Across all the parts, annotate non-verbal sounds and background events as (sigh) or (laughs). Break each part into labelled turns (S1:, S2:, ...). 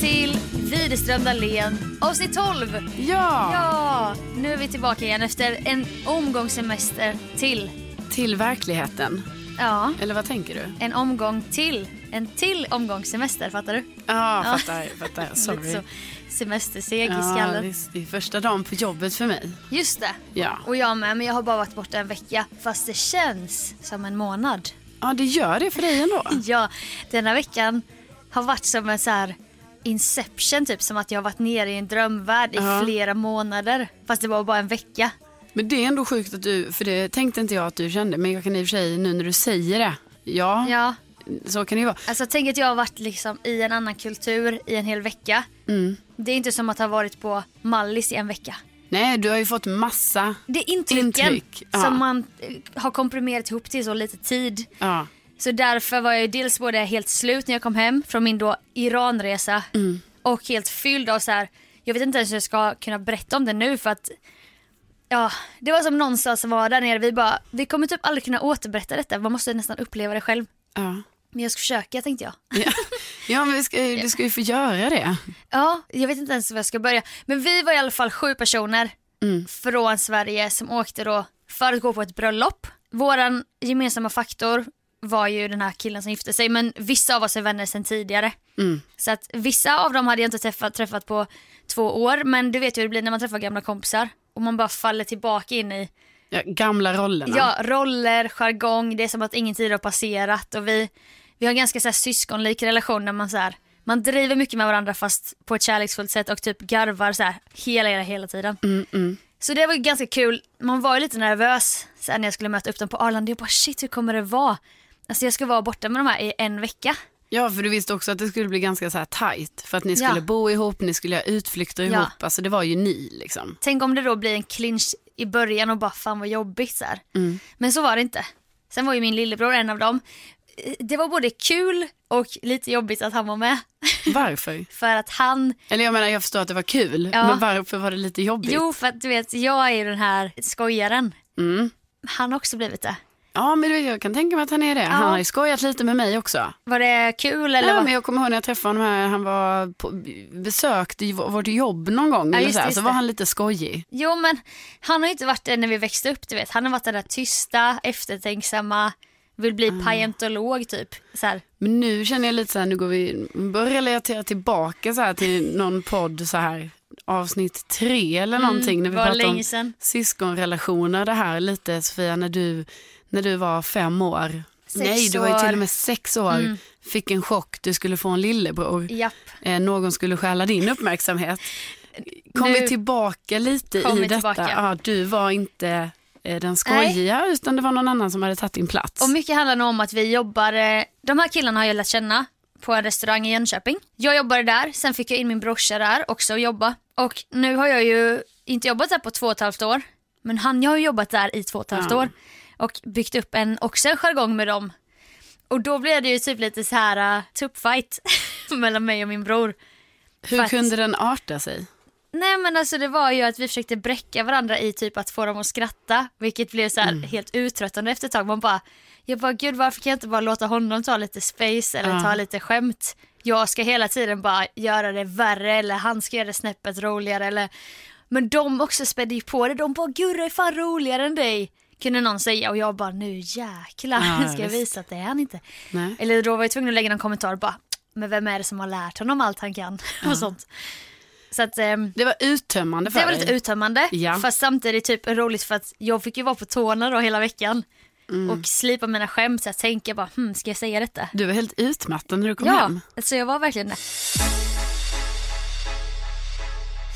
S1: till Widerström Dahlén avsnitt 12.
S2: Ja.
S1: Ja, nu är vi tillbaka igen efter en omgång semester till.
S2: Till verkligheten.
S1: Ja,
S2: Eller vad tänker du?
S1: en omgång till. En till omgång semester, fattar du?
S2: Ja,
S1: Ja.
S2: fattar.
S1: (laughs)
S2: fattar.
S1: Lite
S2: Sorry.
S1: så semesterseg i
S2: Ja,
S1: skallen.
S2: visst, det är första dagen på jobbet för mig.
S1: Just det.
S2: Ja.
S1: Och jag med, men jag har bara varit borta en vecka. Fast det känns som en månad.
S2: Ja, det gör det för dig ändå.
S1: Ja, denna veckan har varit som en så här inception typ. Som att jag har varit nere i en drömvärld i
S2: Ja.
S1: flera månader. Fast det var bara en vecka.
S2: Men det är ändå sjukt att du, för det tänkte inte jag att du kände, men jag kan i och för sig nu när du säger det, ja,
S1: Ja,
S2: så kan det ju vara.
S1: alltså tänk att jag har varit liksom i en annan kultur i en hel vecka.
S2: Mm.
S1: Det är inte som att ha varit på Mallis i en vecka.
S2: Nej, du har ju fått massa,
S1: Det är intrycken
S2: Intryck, ja.
S1: som man eh, har komprimerat ihop till så lite tid.
S2: ja,
S1: Så därför var jag ju dels både helt slut när jag kom hem från min då Iranresa
S2: Mm.
S1: och helt fylld av så här. jag vet inte ens hur jag ska kunna berätta om det nu för att ja, det var som någonstans var där nere, vi bara, vi kommer typ aldrig kunna återberätta detta, man måste nästan uppleva det själv.
S2: ja. (laughs)
S1: Men jag ska försöka tänkte jag.
S2: Ja, ja men vi ska, ju- du ska ju få göra det.
S1: Ja, jag vet inte ens var jag ska börja. Men vi var i alla fall sju personer från Sverige som åkte då för att gå på ett bröllop. Våran gemensamma faktor var ju den här killen som gifte sig men vissa av oss är vänner sedan tidigare. Så att vissa av dem hade jag inte träffat, träffat på två år men du vet ju hur det blir när man träffar gamla kompisar och man bara faller tillbaka in i
S2: Ja, gamla rollerna.
S1: ja, roller, jargong, det är som att ingen tid har passerat och vi, vi har en ganska så här, syskonlik relation där man så här, man driver mycket med varandra fast på ett kärleksfullt sätt och typ garvar så här hela, hela, hela tiden. Så det var ju ganska kul, man var ju lite nervös sen när jag skulle möta upp dem på Arlanda, jag bara shit hur kommer det vara? Alltså jag ska vara borta med de här i en vecka.
S2: Ja, för du visste också att det skulle bli ganska så här tajt. För att ni
S1: Ja.
S2: skulle bo ihop, ni skulle ha utflykter
S1: Ja.
S2: ihop. Alltså det var ju ni liksom.
S1: Tänk om det då blir en clinch i början och bara fan vad jobbigt så här.
S2: Mm.
S1: Men så var det inte. Sen var ju min lillebror en av dem. Det var både kul och lite jobbigt att han var med.
S2: Varför?
S1: För att han,
S2: Eller jag menar, jag förstår att det var kul.
S1: Ja.
S2: Men varför var det lite jobbigt?
S1: jo för att du vet jag är ju den här skojaren.
S2: Mm.
S1: Han har också blivit det.
S2: Ja, men du, jag kan tänka mig att han är det. Han har ju skojat lite med mig också.
S1: Var det kul eller?
S2: Ja,
S1: vad?
S2: men jag kommer ihåg när jag träffade honom här, han var på, besökte ju vår- vårt jobb någon gång. eller
S1: just
S2: så, här,
S1: det, just
S2: så var
S1: det.
S2: han lite skojig.
S1: Jo men han har ju inte varit det när vi växte upp du vet. Han har varit den där tysta, eftertänksamma, vill bli
S2: Ah.
S1: paleontolog typ. Så här.
S2: Men nu känner jag lite så här, nu går vi, börjar relatera tillbaka så här till någon podd så här avsnitt tre eller någonting när vi
S1: var
S2: pratade om
S1: Mm, länge sedan.
S2: syskonrelationer det här lite Sofia när du, när du var fem år.
S1: Sex
S2: Nej, du var ju
S1: år. Mm.
S2: till och med sex år. Fick en chock, du skulle få en lillebror.
S1: Japp.
S2: Eh, någon skulle stjäla din uppmärksamhet. Kom
S1: Nu
S2: vi tillbaka lite
S1: kom
S2: i
S1: vi
S2: detta?
S1: tillbaka.
S2: Ja, du var inte eh, den skojiga utan det var någon annan som hade tagit din plats.
S1: Och mycket handlar nog om att vi jobbar, eh, de här killarna har jag lärt känna på en restaurang i Jönköping. Jag jobbade där, sen fick jag in min brorsa där också och jobba. Och nu har jag ju inte jobbat där på två och ett halvt år, men han jag har ju jobbat där i två och ett halvt
S2: Ja.
S1: år och byggt upp en, också en jargong med dem. Och då blev det ju typ lite så här uh, tuppfight (laughs) mellan mig och min bror.
S2: Hur
S1: Fast-
S2: kunde den arta sig?
S1: Nej men alltså det var ju att vi försökte bräcka varandra i typ att få dem att skratta vilket blev så här
S2: Mm.
S1: helt uttröttande efter ett tag. Man bara, jag bara gud varför kan jag inte bara låta honom ta lite space eller
S2: Ja.
S1: ta lite skämt. Jag ska hela tiden bara göra det värre eller han ska göra det snäppet roligare eller men de också spädde ju på det. De bara gurra är fan roligare än dig. Kunde någon säga och jag bara nu jäklar
S2: Ja,
S1: ska jag
S2: visst.
S1: visa att det är han inte.
S2: Nej.
S1: Eller då var jag tvungen att lägga någon kommentar bara men vem är det som har lärt honom allt han kan (laughs) och sånt. Så att ehm,
S2: Det var uttömmande för
S1: det var
S2: dig.
S1: lite uttömmande,
S2: Ja.
S1: fast samtidigt typ roligt för att jag fick ju vara på tårna då hela veckan
S2: Mm.
S1: och slipa mina skämt så jag tänker bara, hmm, ska jag säga detta?
S2: du var helt utmattad när du kom hem.
S1: Ja, så jag var verkligen det.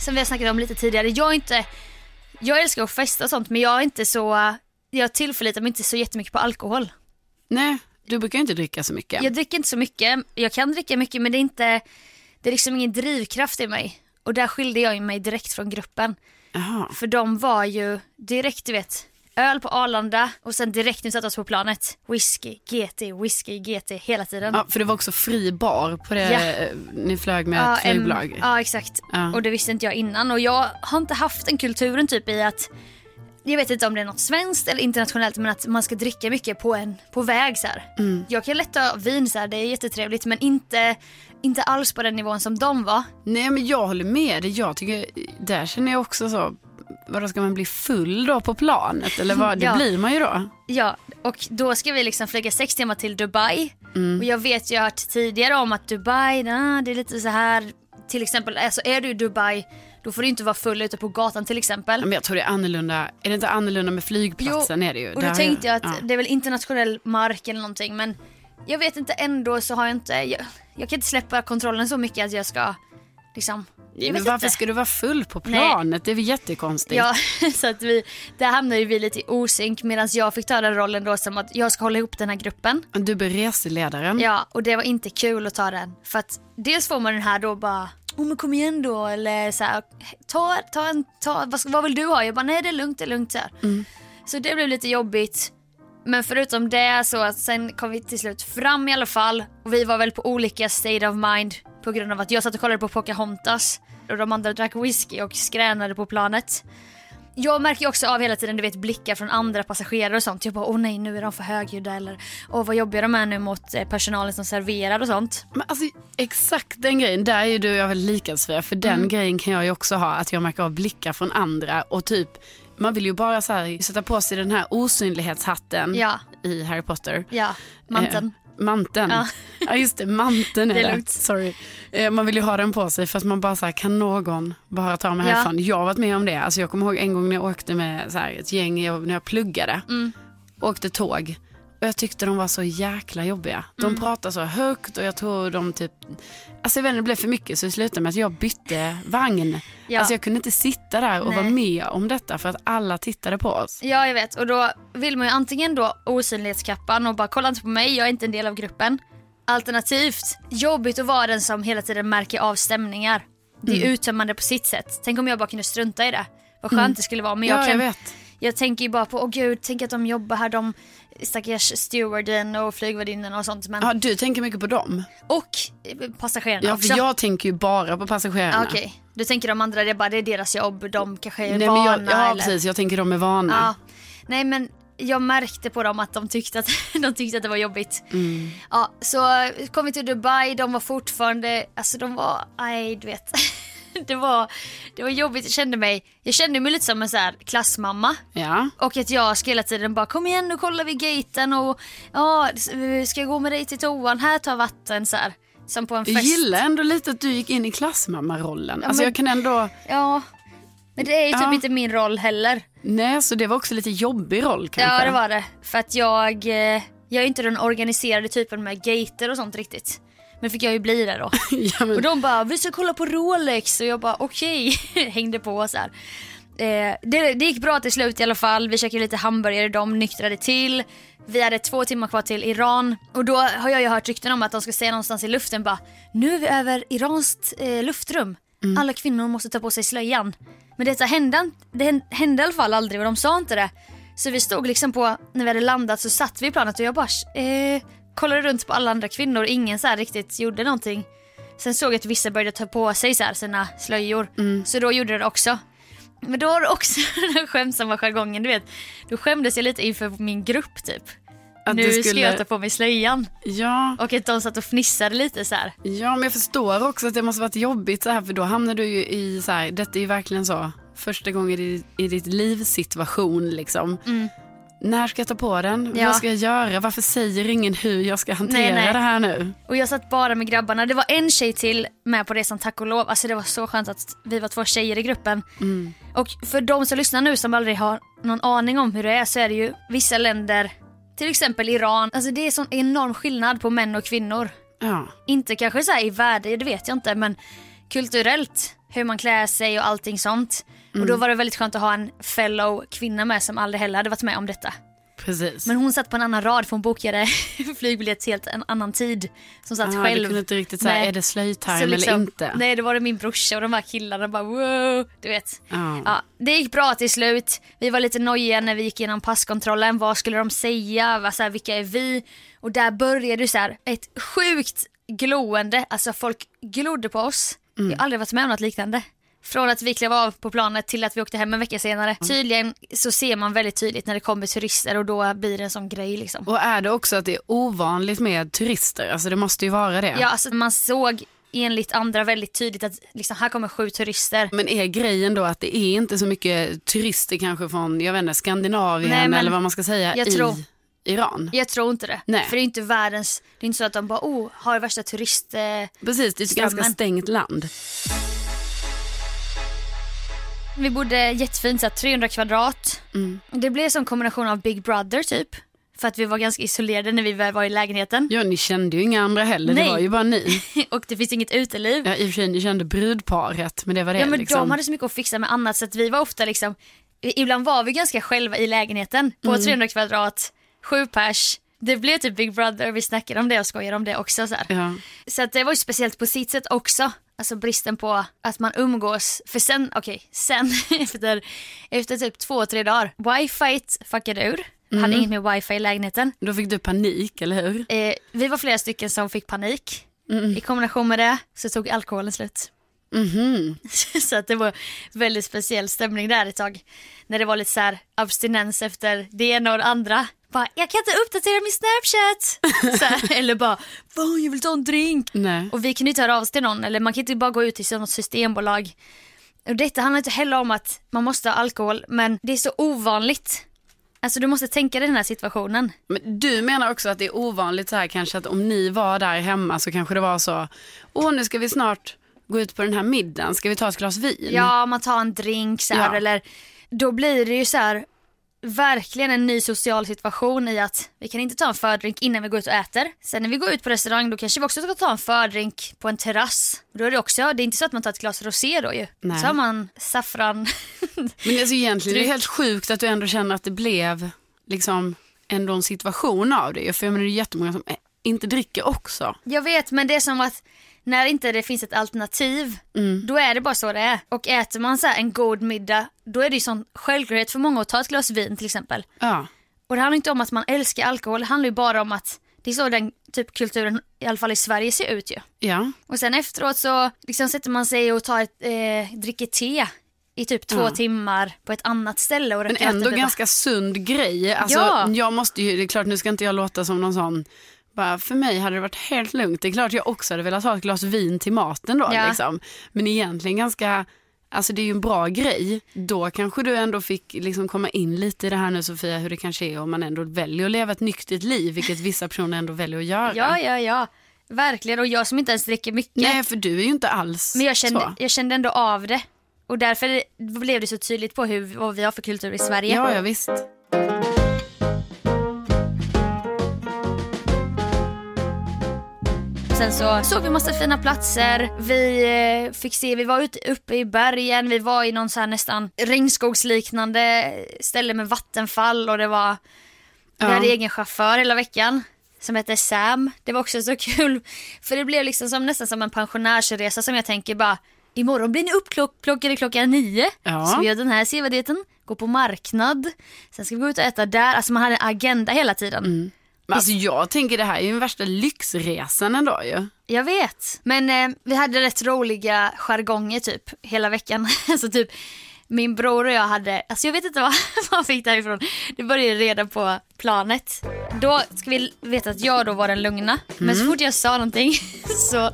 S1: Som vi har snackat om lite tidigare, jag är inte, jag älskar att festa och sånt men jag är inte så, jag tillförlitar mig inte så jättemycket på alkohol.
S2: Nej, du brukar ju inte dricka så mycket.
S1: Jag dricker inte så mycket, jag kan dricka mycket men det är inte, det är liksom ingen drivkraft i mig. Och där skilde jag ju mig direkt från gruppen.
S2: Jaha.
S1: För de var ju direkt, du vet, öl på Arlanda och sen direkt när vi satte oss på planet, whisky, GT, whisky, GT hela tiden.
S2: Ja, för det var också fri bar på det
S1: Ja.
S2: eh, ni flög med
S1: Ja,
S2: ett
S1: em,
S2: flygbolag.
S1: ja, exakt.
S2: Ja.
S1: Och det visste inte jag innan och jag har inte haft den kulturen typ i att jag vet inte om det är något svenskt eller internationellt men att man ska dricka mycket på, en, på väg så här.
S2: Mm.
S1: Jag kan lätt ta vin så här, det är jättetrevligt men inte, inte alls på den nivån som de var.
S2: Nej men jag håller med dig. Jag tycker, där känner jag också så, vadå ska man bli full då på planet? Eller vad, det
S1: Ja.
S2: blir man ju då.
S1: Ja, och då ska vi liksom flyga sex timmar till Dubai.
S2: Mm.
S1: Och jag vet, jag har hört tidigare om att Dubai, na, det är lite så här. Till exempel, alltså är du i Dubai, då får du inte vara full ute på gatan till exempel.
S2: Men jag tror det är annorlunda, är det inte annorlunda med flygplatsen? är det ju.
S1: och
S2: Där
S1: då
S2: har
S1: tänkte jag att
S2: ja.
S1: det är väl internationell mark eller någonting men jag vet inte ändå så har jag inte, jag, jag kan inte släppa kontrollen så mycket att jag ska liksom.
S2: Nej,
S1: jag
S2: men
S1: vet
S2: varför
S1: inte.
S2: ska du vara full på planet? Det är väl jättekonstigt.
S1: Ja, (laughs) så att vi, där hamnar ju vi lite i osynk medan jag fick ta den rollen då som att jag ska hålla ihop den här gruppen.
S2: Du blir reseledaren.
S1: Ja, och det var inte kul att ta den. För att dels får man den här då bara, oh men kom igen då, eller så här, ta, ta en, ta, vad, ska- vad vill du ha? Jag bara, nej det är lugnt, det är lugnt så här. Så det blev lite jobbigt. Men förutom det så att sen kom vi till slut fram i alla fall och vi var väl på olika state of mind på grund av att jag satt och kollade på Pocahontas och de andra drack whisky och skränade på planet. Jag märker ju också av hela tiden du vet blickar från andra passagerare och sånt. Jag bara åh nej nu är de för högljudda eller åh vad jobbiga de är nu mot eh, personalen som serverar och sånt.
S2: Men alltså, exakt den grejen, där är ju du och jag väldigt lika Sofia, för den grejen kan jag ju också ha, att jag märker av blickar från andra och typ, man vill ju bara så här, sätta på sig den här osynlighetshatten
S1: Ja.
S2: i Harry Potter.
S1: Ja, manteln.
S2: Mm. Eh, manteln. (laughs) Ja.
S1: Ja.
S2: just det, manteln är
S1: Det
S2: det.
S1: är lugnt.
S2: Sorry. Eh, man vill ju ha den på sig fast man bara så här, kan någon bara ta mig
S1: Ja.
S2: härifrån? Jag har varit med om det. Alltså, jag kommer ihåg en gång när jag åkte med så här, ett gäng jag- när jag pluggade.
S1: Mm.
S2: Åkte tåg. Och jag tyckte de var så jäkla jobbiga. De
S1: Mm.
S2: pratade så högt och jag tror de typ, alltså jag vet inte, det blev för mycket så det slutade med att jag bytte vagn.
S1: Ja.
S2: Alltså jag kunde inte sitta där och
S1: Nej.
S2: vara med om detta för att alla tittade på oss.
S1: Ja jag vet och då vill man ju antingen då osynlighetskappan och bara kolla inte på mig, jag är inte en del av gruppen. Alternativt jobbigt att vara den som hela tiden märker av stämningar. Det är
S2: Mm.
S1: uttömmande på sitt sätt. Tänk om jag bara kunde strunta i det. Vad skönt det skulle vara. Men jag,
S2: Mm. ja,
S1: kan,
S2: jag vet.
S1: Jag tänker ju bara på, åh gud, tänk att de jobbar här, de stackars stewarden och flygvärdinnan och sånt. Men,
S2: Ja, du tänker mycket på dem.
S1: Och eh, passagerarna
S2: Ja,
S1: också.
S2: för jag tänker ju bara på
S1: Ah,
S2: passagerarna.
S1: Okej, du tänker de andra, det är bara det är deras jobb, de kanske är
S2: Nej, men
S1: vana
S2: jag, ja,
S1: eller...
S2: precis. Jag tänker de är vana.
S1: Ja. Nej men jag märkte på dem att de tyckte att, (laughs) de tyckte att det var jobbigt.
S2: Mm.
S1: Ja, så eh, kom vi till Dubai, de var fortfarande, alltså de var, nej du vet. (laughs) Det var, det var jobbigt, jag kände mig, jag kände mig lite som en så här klassmamma.
S2: Ja.
S1: Och att jag ska hela tiden bara kom igen nu kollar vi gaten och ja, ska jag gå med dig till toan, här tar vatten så här. Som på en
S2: Jag
S1: fest.
S2: gillar ändå lite att du gick in i klassmammarollen. Alltså
S1: men-
S2: jag kan ändå...
S1: Ja. Men det är ju typ
S2: Ja.
S1: inte min roll heller.
S2: Nej, så det var också lite jobbig roll kanske.
S1: Ja det var det. För att jag, eh, jag är inte den organiserade typen med gater och sånt riktigt. Men fick jag ju bli det då.
S2: (laughs) ja, men,
S1: Och de bara, vi ska kolla på Rolex och jag bara okej, (laughs) hängde på så här. Eh, det, det gick bra till slut i alla fall, vi käkade lite hamburgare, de nyktrade till. Vi hade två timmar kvar till Iran och då har jag ju hört rykten om att de ska säga någonstans i luften bara, nu är vi över Irans eh, luftrum. Alla kvinnor måste ta på sig slöjan. Men detta hände, an- det hän- hände i alla fall aldrig och de sa inte det. Så vi stod liksom på, när vi hade landat så satt vi i planet och jag bara eh, kollade runt på alla andra kvinnor, ingen så här riktigt gjorde någonting. Sen såg jag att vissa började ta på sig så här sina slöjor.
S2: Mm.
S1: Så då gjorde jag det också. Men då har du också (laughs) den skämtsamma jargongen, du vet. Då skämdes jag lite inför min grupp typ.
S2: att
S1: nu
S2: du
S1: ska jag ta på mig slöjan.
S2: ja,
S1: Och att de satt och fnissade lite så här.
S2: ja, men jag förstår också att det måste varit jobbigt så här för då hamnar du ju i så här, detta är ju verkligen så, första gången i, i ditt liv situation liksom. När ska jag ta på den?
S1: Mm. Ja.
S2: Vad ska jag göra? Varför säger ingen hur jag ska hantera
S1: Nej, nej.
S2: det här nu?
S1: Och jag satt bara med grabbarna. Det var en tjej till med på resan tack och lov. Alltså det var så skönt att vi var två tjejer i gruppen.
S2: Mm.
S1: Och för de som lyssnar nu som aldrig har någon aning om hur det är så är det ju vissa länder, till exempel Iran. Alltså det är sån enorm skillnad på män och kvinnor.
S2: Ja.
S1: Inte kanske så här i värde, det vet jag inte, men kulturellt. Hur man klär sig och allting sånt. Och
S2: Mm.
S1: då var det väldigt skönt att ha en fellow kvinna med som aldrig heller hade varit med om detta.
S2: Precis.
S1: Men hon satt på en annan rad för hon bokade (laughs) flygbiljett helt en annan tid. Som satt
S2: Ah, Du
S1: själv.
S2: kunde inte riktigt säga,
S1: Nej.
S2: är det slöjtarm
S1: Så liksom-
S2: eller inte?
S1: Nej, då var det min brorsa och de här killarna bara wow, du vet.
S2: Ja.
S1: Ja, det gick bra till slut. Vi var lite nojiga när vi gick igenom passkontrollen. Vad skulle de säga? Vad, så här, vilka är vi? Och där började det så här, ett sjukt glående. Alltså folk glodde på oss. Jag har aldrig varit med om något liknande. Från att vi klev av på planet till att vi åkte hem en vecka senare. Tydligen så ser man väldigt tydligt när det kommer turister och då blir det en sån grej liksom.
S2: Och är det också att det är ovanligt med turister? Alltså det måste ju vara det.
S1: Ja, alltså man såg enligt andra väldigt tydligt att liksom, här kommer sju turister.
S2: Men är grejen då att det är inte så mycket turister kanske från, jag vet inte, Skandinavien
S1: Nej, men
S2: eller vad man ska säga
S1: jag
S2: i
S1: tror-
S2: Iran?
S1: Jag tror inte det.
S2: Nej.
S1: För det är inte världens, det är inte så att de bara oh, har värsta turist... eh."
S2: Precis, det är ett ganska
S1: Stammen.
S2: stängt land.
S1: Vi bodde jättefint, så här, 300 kvadrat.
S2: Mm.
S1: Det blev som kombination av Big Brother typ. För att vi var ganska isolerade när vi väl var i lägenheten. (laughs)
S2: Ja, ni kände ju inga andra heller,
S1: Nej.
S2: det var ju bara ni.
S1: och det finns inget uteliv.
S2: Ja, I och för sig, ni kände brudparet, men det var det
S1: Ja men
S2: liksom.
S1: de hade så mycket att fixa med annat så att vi var ofta liksom, ibland var vi ganska själva i lägenheten på
S2: Mm.
S1: 300 kvadrat, sju pers. Det blev typ Big Brother, vi snackade om det och skojade om det också. Så, här.
S2: Ja.
S1: så att det var ju speciellt på sitt sätt också. Alltså bristen på att man umgås. För sen, okej, sen (laughs) efter, efter typ två, tre dagar. Wifi fuckade ur. Hade inget med wifi i lägenheten.
S2: Då fick du panik, eller hur?
S1: Eh, vi var flera stycken som fick panik. I kombination med det så tog alkoholen slut. (laughs) så att det var väldigt speciell stämning där ett tag. När det var lite så här abstinens efter det ena och det andra. Bara, jag kan inte uppdatera min Snapchat. (laughs) så här, eller bara, fan jag vill ta en drink.
S2: Nej.
S1: Och vi kan ju inte höra av oss till någon, eller man kan inte bara gå ut till något systembolag. Och detta handlar inte heller om att man måste ha alkohol, men det är så ovanligt. Alltså du måste tänka dig den här situationen.
S2: Men du menar också att det är ovanligt så här kanske att om ni var där hemma så kanske det var så, åh nu ska vi snart gå ut på den här middagen, ska vi ta ett glas vin?
S1: Ja, man tar en drink så här,
S2: Ja.
S1: eller då blir det ju så här verkligen en ny social situation i att vi kan inte ta en fördrink innan vi går ut och äter. Sen när vi går ut på restaurang då kanske vi också ska ta en fördrink på en terrass. Då är det också, det är inte så att man tar ett glas rosé då ju.
S2: Nej.
S1: Så har man saffran. (laughs)
S2: Men alltså egentligen det är det helt sjukt att du ändå känner att det blev liksom ändå en situation av det. För jag menar det är jättemånga som eh, inte dricker också.
S1: Jag vet men det är som att när inte det finns ett alternativ
S2: Mm.
S1: då är det bara så det är. Och äter man så här en god middag då är det ju sån självklarhet för många att ta ett glas vin till exempel.
S2: Ja.
S1: Och det handlar inte om att man älskar alkohol, det handlar ju bara om att det är så den typ kulturen, i alla fall i Sverige, ser ut ju.
S2: Ja.
S1: Och sen efteråt så liksom sätter man sig och tar ett, eh, dricker te i typ två
S2: Ja.
S1: timmar på ett annat ställe. Och
S2: Men
S1: röker
S2: ändå
S1: allt det där.
S2: ganska sund grej. Alltså,
S1: Ja.
S2: Jag måste ju, det är klart nu ska inte jag låta som någon sån, bara, för mig hade det varit helt lugnt. Det är klart jag också hade velat ha ett glas vin till maten då.
S1: Ja.
S2: Liksom. Men egentligen ganska, alltså det är ju en bra grej. Då kanske du ändå fick liksom komma in lite i det här nu Sofia, hur det kanske är om man ändå väljer att leva ett nyktert liv, vilket vissa personer ändå väljer att göra.
S1: Ja, ja, ja. Verkligen. Och jag som inte ens dricker mycket.
S2: Nej, för du är ju inte alls
S1: men jag kände,
S2: så.
S1: jag kände ändå av det. Och därför blev det så tydligt på hur, vad vi har för kultur i Sverige.
S2: Ja, ja, visst.
S1: Sen så såg vi massa fina platser. Vi eh, fick se, vi var ute uppe i bergen, vi var i någon så här nästan regnskogsliknande ställe med vattenfall och det var,
S2: Ja.
S1: vi hade egen chaufför hela veckan som hette Sam. Det var också så (laughs) kul för det blev liksom som, nästan som en pensionärsresa som jag tänker bara Imorgon blir ni uppklockade klockan nio.
S2: Ja.
S1: Så vi gör den här sevardheten, går på marknad, sen ska vi gå ut och äta där. Alltså man hade en agenda hela tiden.
S2: Men alltså jag tänker det här är ju den värsta lyxresan ändå ju.
S1: Jag vet. Men eh, vi hade rätt roliga jargonger typ hela veckan. (laughs) alltså typ min bror och jag hade, alltså jag vet inte (laughs) vad man fick det här ifrån. Det började ju redan på planet. Då ska vi veta att jag då var den lugna. Men så fort jag sa någonting (laughs) så,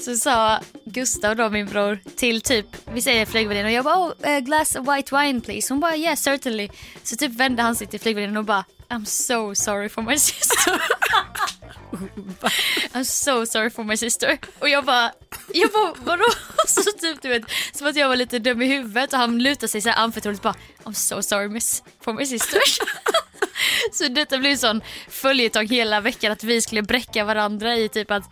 S1: så sa Gustav då min bror till typ, vi säger flygvärdinnan och jag bara oh, a glass of white wine please. Hon bara yes certainly. Så typ vände han sig till flygvärdinnan och bara I'm so sorry for my (laughs) sister. I'm so sorry for my sister. Och jag bara, jag bara vadå? (laughs) Så typ du vet, som att jag var lite dum i huvudet och han lutade sig så här anförtroligt bara I'm so sorry miss, for my sister. (laughs) så detta blev en sån följetong hela veckan att vi skulle bräcka varandra i typ att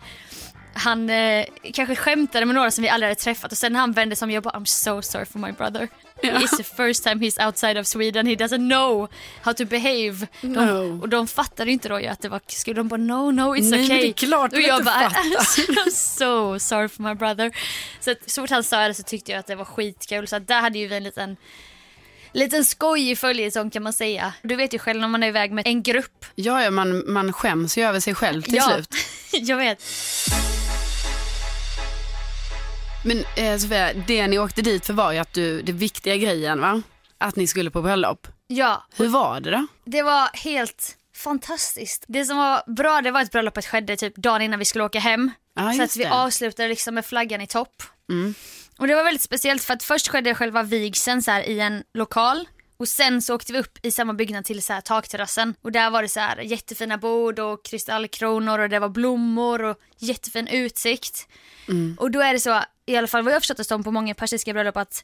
S1: han eh, kanske skämtade med några som vi aldrig hade träffat och sen när han vände sig om jag bara I'm so sorry for my brother. It's the first time he's outside of Sweden, he doesn't know how to behave. De,
S2: No.
S1: och de fattade ju inte då ju att det var kul. De bara no no it's
S2: Nej, men
S1: okay.
S2: det är klart de
S1: och jag
S2: inte
S1: bara, (laughs) alltså,
S2: fattar.
S1: I'm so sorry for my brother. Så, att, så fort han sa det så tyckte jag att det var skitkul. Så att där hade ju vi en liten, liten skojig följetong kan man säga. Du vet ju själv när man är iväg med en grupp.
S2: Ja, ja man, man skäms ju
S1: (laughs)
S2: över sig själv till slut.
S1: jag vet.
S2: Men eh, Sofia, det ni åkte dit för var ju att du, det viktiga grejen va? Att ni skulle på bröllop.
S1: Ja,
S2: Hur var det då?
S1: det var helt fantastiskt. Det som var bra det var att bröllopet skedde typ dagen innan vi skulle åka hem.
S2: Ja,
S1: så
S2: just
S1: att vi
S2: det. Mm.
S1: avslutade liksom med flaggan i topp. Och det var väldigt speciellt för att först skedde själva vigseln så här i en lokal och sen så åkte vi upp i samma byggnad till så här takterrassen och där var det så här jättefina bord och kristallkronor och det var blommor och jättefin utsikt.
S2: Mm.
S1: Och då är det så, i alla fall vad jag har förstått det som på många persiska bröllop att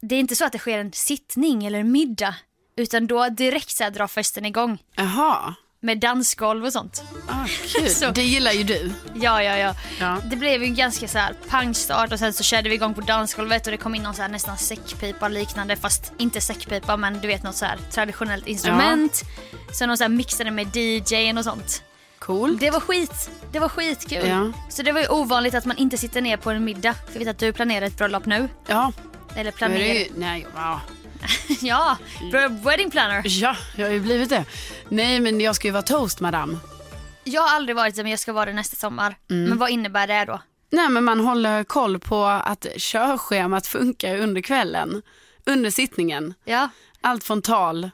S1: det är inte så att det sker en sittning eller en middag utan då direkt så här drar festen igång
S2: Jaha,
S1: med dansgolv och sånt.
S2: ah, kul.
S1: Så-
S2: Det gillar ju du.
S1: Ja, ja, ja.
S2: Ja.
S1: Det blev ju en ganska så här pangstart och sen så körde vi igång på dansgolvet och det kom in någon så här nästan säckpipa liknande fast inte säckpipa men du vet något så här traditionellt instrument. Sen de så här mixade med DJn och sånt.
S2: Cool.
S1: Det var skit, det var skitkul.
S2: Ja.
S1: Så det var ju ovanligt att man inte sitter ner på en middag. Jag vet att du planerar ett bröllop nu.
S2: Ja,
S1: Eller
S2: men det
S1: planerar...
S2: är ju, nej, ja.
S1: (laughs) ja, wedding planner.
S2: ja, jag har ju blivit det. Nej, men jag ska ju vara toast madam.
S1: Jag har aldrig varit det men jag ska vara det nästa sommar.
S2: Mm.
S1: Men vad innebär det då?
S2: Nej, men man håller koll på att körschemat funkar under kvällen, under sittningen.
S1: Ja,
S2: Allt från tal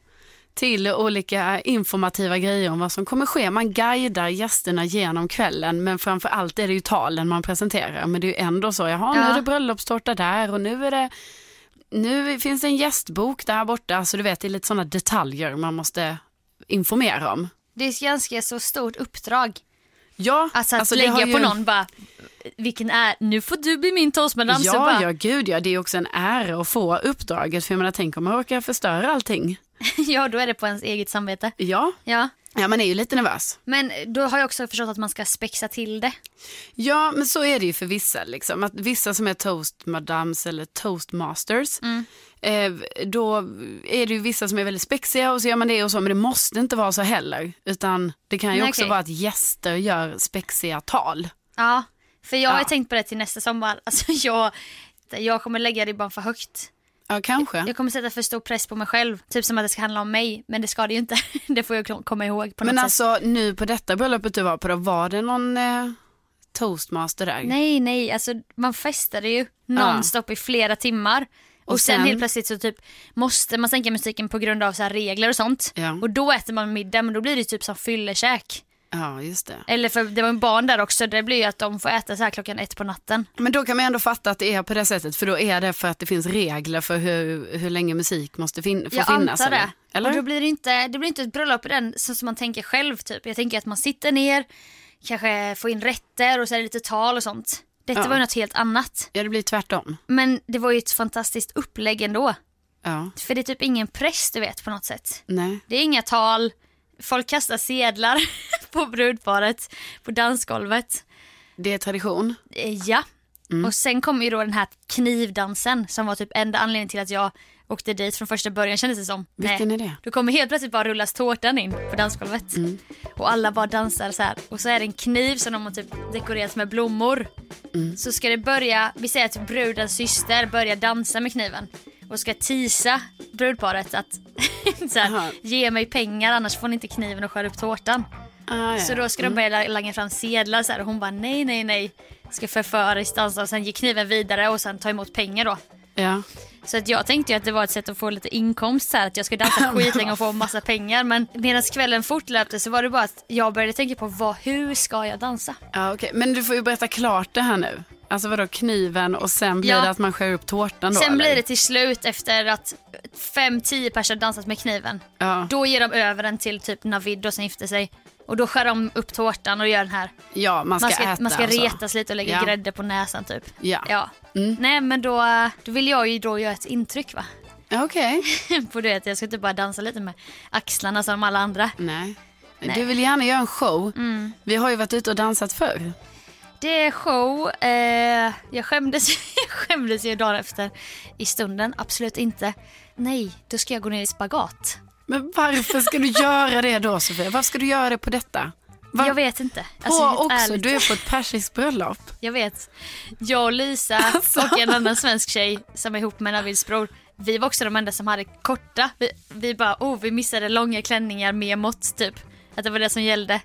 S2: till olika informativa grejer om vad som kommer ske. Man guidar gästerna genom kvällen men framför allt är det ju talen man presenterar. Men det är ju ändå så, jaha nu
S1: Ja.
S2: är det bröllopstårta där och nu är det nu finns det en gästbok där borta, så du vet det är lite sådana detaljer man måste informera om.
S1: det är ett ganska så stort uppdrag.
S2: Ja,
S1: Alltså att
S2: det har
S1: lägga
S2: ju-
S1: på någon bara, vilken är, nu får du bli min toastmadam. så
S2: Ja,
S1: bara,
S2: ja, gud ja, det är ju också en ära att få uppdraget, för jag menar tänk om man råkar förstöra allting.
S1: (laughs) ja, då är det på ens eget samvete.
S2: Ja,
S1: Ja.
S2: ja man är ju lite nervös.
S1: Men då har jag också förstått att man ska spexa till det.
S2: Ja, men så är det ju för vissa. Liksom. Att vissa som är toastmadams eller toastmasters,
S1: Mm.
S2: eh, då är det ju vissa som är väldigt spexiga och så gör man det och så, men det måste inte vara så heller. Utan det kan ju
S1: Nej,
S2: också
S1: okej.
S2: vara att gäster gör spexiga tal.
S1: Ja, för jag har
S2: Ja.
S1: ju tänkt på det till nästa sommar. (laughs) Alltså jag, jag kommer lägga ribban för högt.
S2: Ja, kanske.
S1: Jag kommer sätta för stor press på mig själv. Typ som att det ska handla om mig, men det ska det ju inte. (laughs) Det får jag kom- komma ihåg på något
S2: Men
S1: sätt.
S2: alltså nu på detta bröllopet du var på, då, var det någon eh, toastmaster där?
S1: Nej, nej, alltså man festade ju nonstop i flera timmar. Och, sen,
S2: sen?
S1: helt plötsligt så typ måste man sänka musiken på grund av så här regler och sånt.
S2: Ja.
S1: Och då äter man middag men då blir det typ som fyllekäk.
S2: Ja, just det.
S1: Eller för det var en barn där också, det blir ju att de får äta så här klockan ett på natten.
S2: Men då kan man ändå fatta att det är på det sättet, för då är det för att det finns regler för hur, hur länge musik måste fin- få
S1: Jag
S2: finnas.
S1: antar
S2: eller?
S1: det.
S2: Eller?
S1: Och då blir det, inte, det blir inte ett bröllop i den så som man tänker själv typ. Jag tänker att man sitter ner, kanske får in rätter och så är det lite tal och sånt. Detta
S2: Ja.
S1: var ju något helt annat.
S2: Ja, det blir tvärtom.
S1: Men det var ju ett fantastiskt upplägg ändå.
S2: Ja,
S1: För det är typ ingen press du vet på något sätt.
S2: nej.
S1: Det är inga tal, folk kastar sedlar (laughs) på brudparet, på dansgolvet.
S2: Det är tradition.
S1: Eh, Ja.
S2: Mm.
S1: Och sen kom ju då den här knivdansen som var typ enda anledningen till att jag åkte dit från första början kändes det som.
S2: Vilken är det? Mm.
S1: Då kommer helt plötsligt bara rullas tårtan in på dansgolvet. Och alla bara dansar så här. Och så är det en kniv som de har typ dekorerat med blommor.
S2: Mm.
S1: Så ska det börja, vi säger att brudens syster börjar dansa med kniven. Och ska tisa brudparet att (laughs) så
S2: Aha.
S1: här, ge mig pengar annars får ni inte kniven och skär upp tårtan.
S2: Ah, ja.
S1: Så då ska de börja la- langa fram sedlar så här, och hon bara nej, nej, nej. Ska förföriskt dansa och sen ge kniven vidare och sen ta emot pengar då.
S2: ja.
S1: Så att jag tänkte ju att det var ett sätt att få lite inkomst så här, att jag skulle
S2: (laughs)
S1: dansa skitlänge och få massa pengar. Men medan kvällen fortlöpte så var det bara att jag började tänka på vad, hur ska jag dansa?
S2: ja okej. Men du får ju berätta klart det här nu. Alltså vadå kniven och sen blir
S1: Ja.
S2: det att man skär upp tårtan då?
S1: Sen
S2: eller?
S1: blir det till slut efter att fem, tio personer dansat med kniven.
S2: Ja.
S1: Då ger de över den till typ Navid och som gifter sig. Och då skär de upp tårtan och gör den här.
S2: ja, man ska,
S1: Man ska,
S2: äta
S1: man ska
S2: alltså.
S1: retas lite och lägga
S2: Ja.
S1: grädde på näsan typ.
S2: Ja. Mm.
S1: Ja. Nej men då, då vill jag ju då göra ett intryck va. (laughs)
S2: Ja, Okej.
S1: på det att jag ska typ bara dansa lite med axlarna som alla andra.
S2: Nej. Du vill gärna göra en show.
S1: Mm.
S2: Vi har ju varit ute och dansat förr.
S1: Det är show. Eh, jag, skämdes, jag skämdes ju (laughs) dagen efter. I stunden, absolut inte. Nej, då ska jag gå ner i spagat.
S2: Men varför ska du göra det då Sofia? Varför ska du göra det på detta? Var-
S1: Jag vet inte. Alltså,
S2: på
S1: helt
S2: också,
S1: ärligt.
S2: du är på ett persiskt bröllop.
S1: Jag vet. Jag och
S2: (laughs)
S1: Lisa
S2: Alltså.
S1: och en annan svensk tjej som är ihop med Navids bror. Vi var också de enda som hade korta. Vi, vi bara, oh vi missade långa klänningar med mått typ. Att det var det som gällde.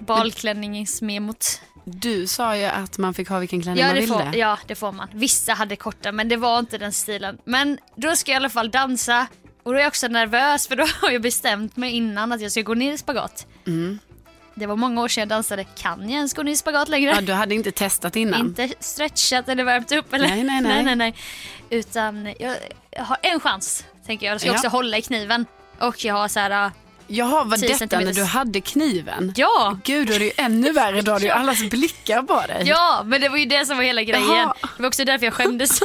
S1: Balklänningsmemot.
S2: Du sa ju att man fick ha vilken klänning
S1: Ja
S2: man
S1: det,
S2: ville.
S1: får, ja det får man. Vissa hade korta men det var inte den stilen. Men då ska jag i alla fall dansa och då är jag också nervös för då (laughs) har jag bestämt mig innan att jag ska gå ner i spagat.
S2: Mm.
S1: Det var många år sedan jag dansade. Kan jag ens gå ner i spagat längre?
S2: Ja, du hade inte testat innan.
S1: Inte stretchat eller värmt upp eller
S2: Nej, nej,
S1: (laughs)
S2: nej.
S1: nej, Utan jag, jag har en chans tänker jag. Då ska jag
S2: Ja.
S1: också hålla i kniven. Och jag har så här, äh,
S2: Jaha, var
S1: 10
S2: detta när
S1: centimeters.
S2: du hade kniven?
S1: ja,
S2: Gud, då är det ju ännu värre. Då har du ju allas blickar på dig.
S1: ja men det var ju det som var hela grejen.
S2: Jaha.
S1: Det var också därför jag
S2: (laughs)
S1: skämdes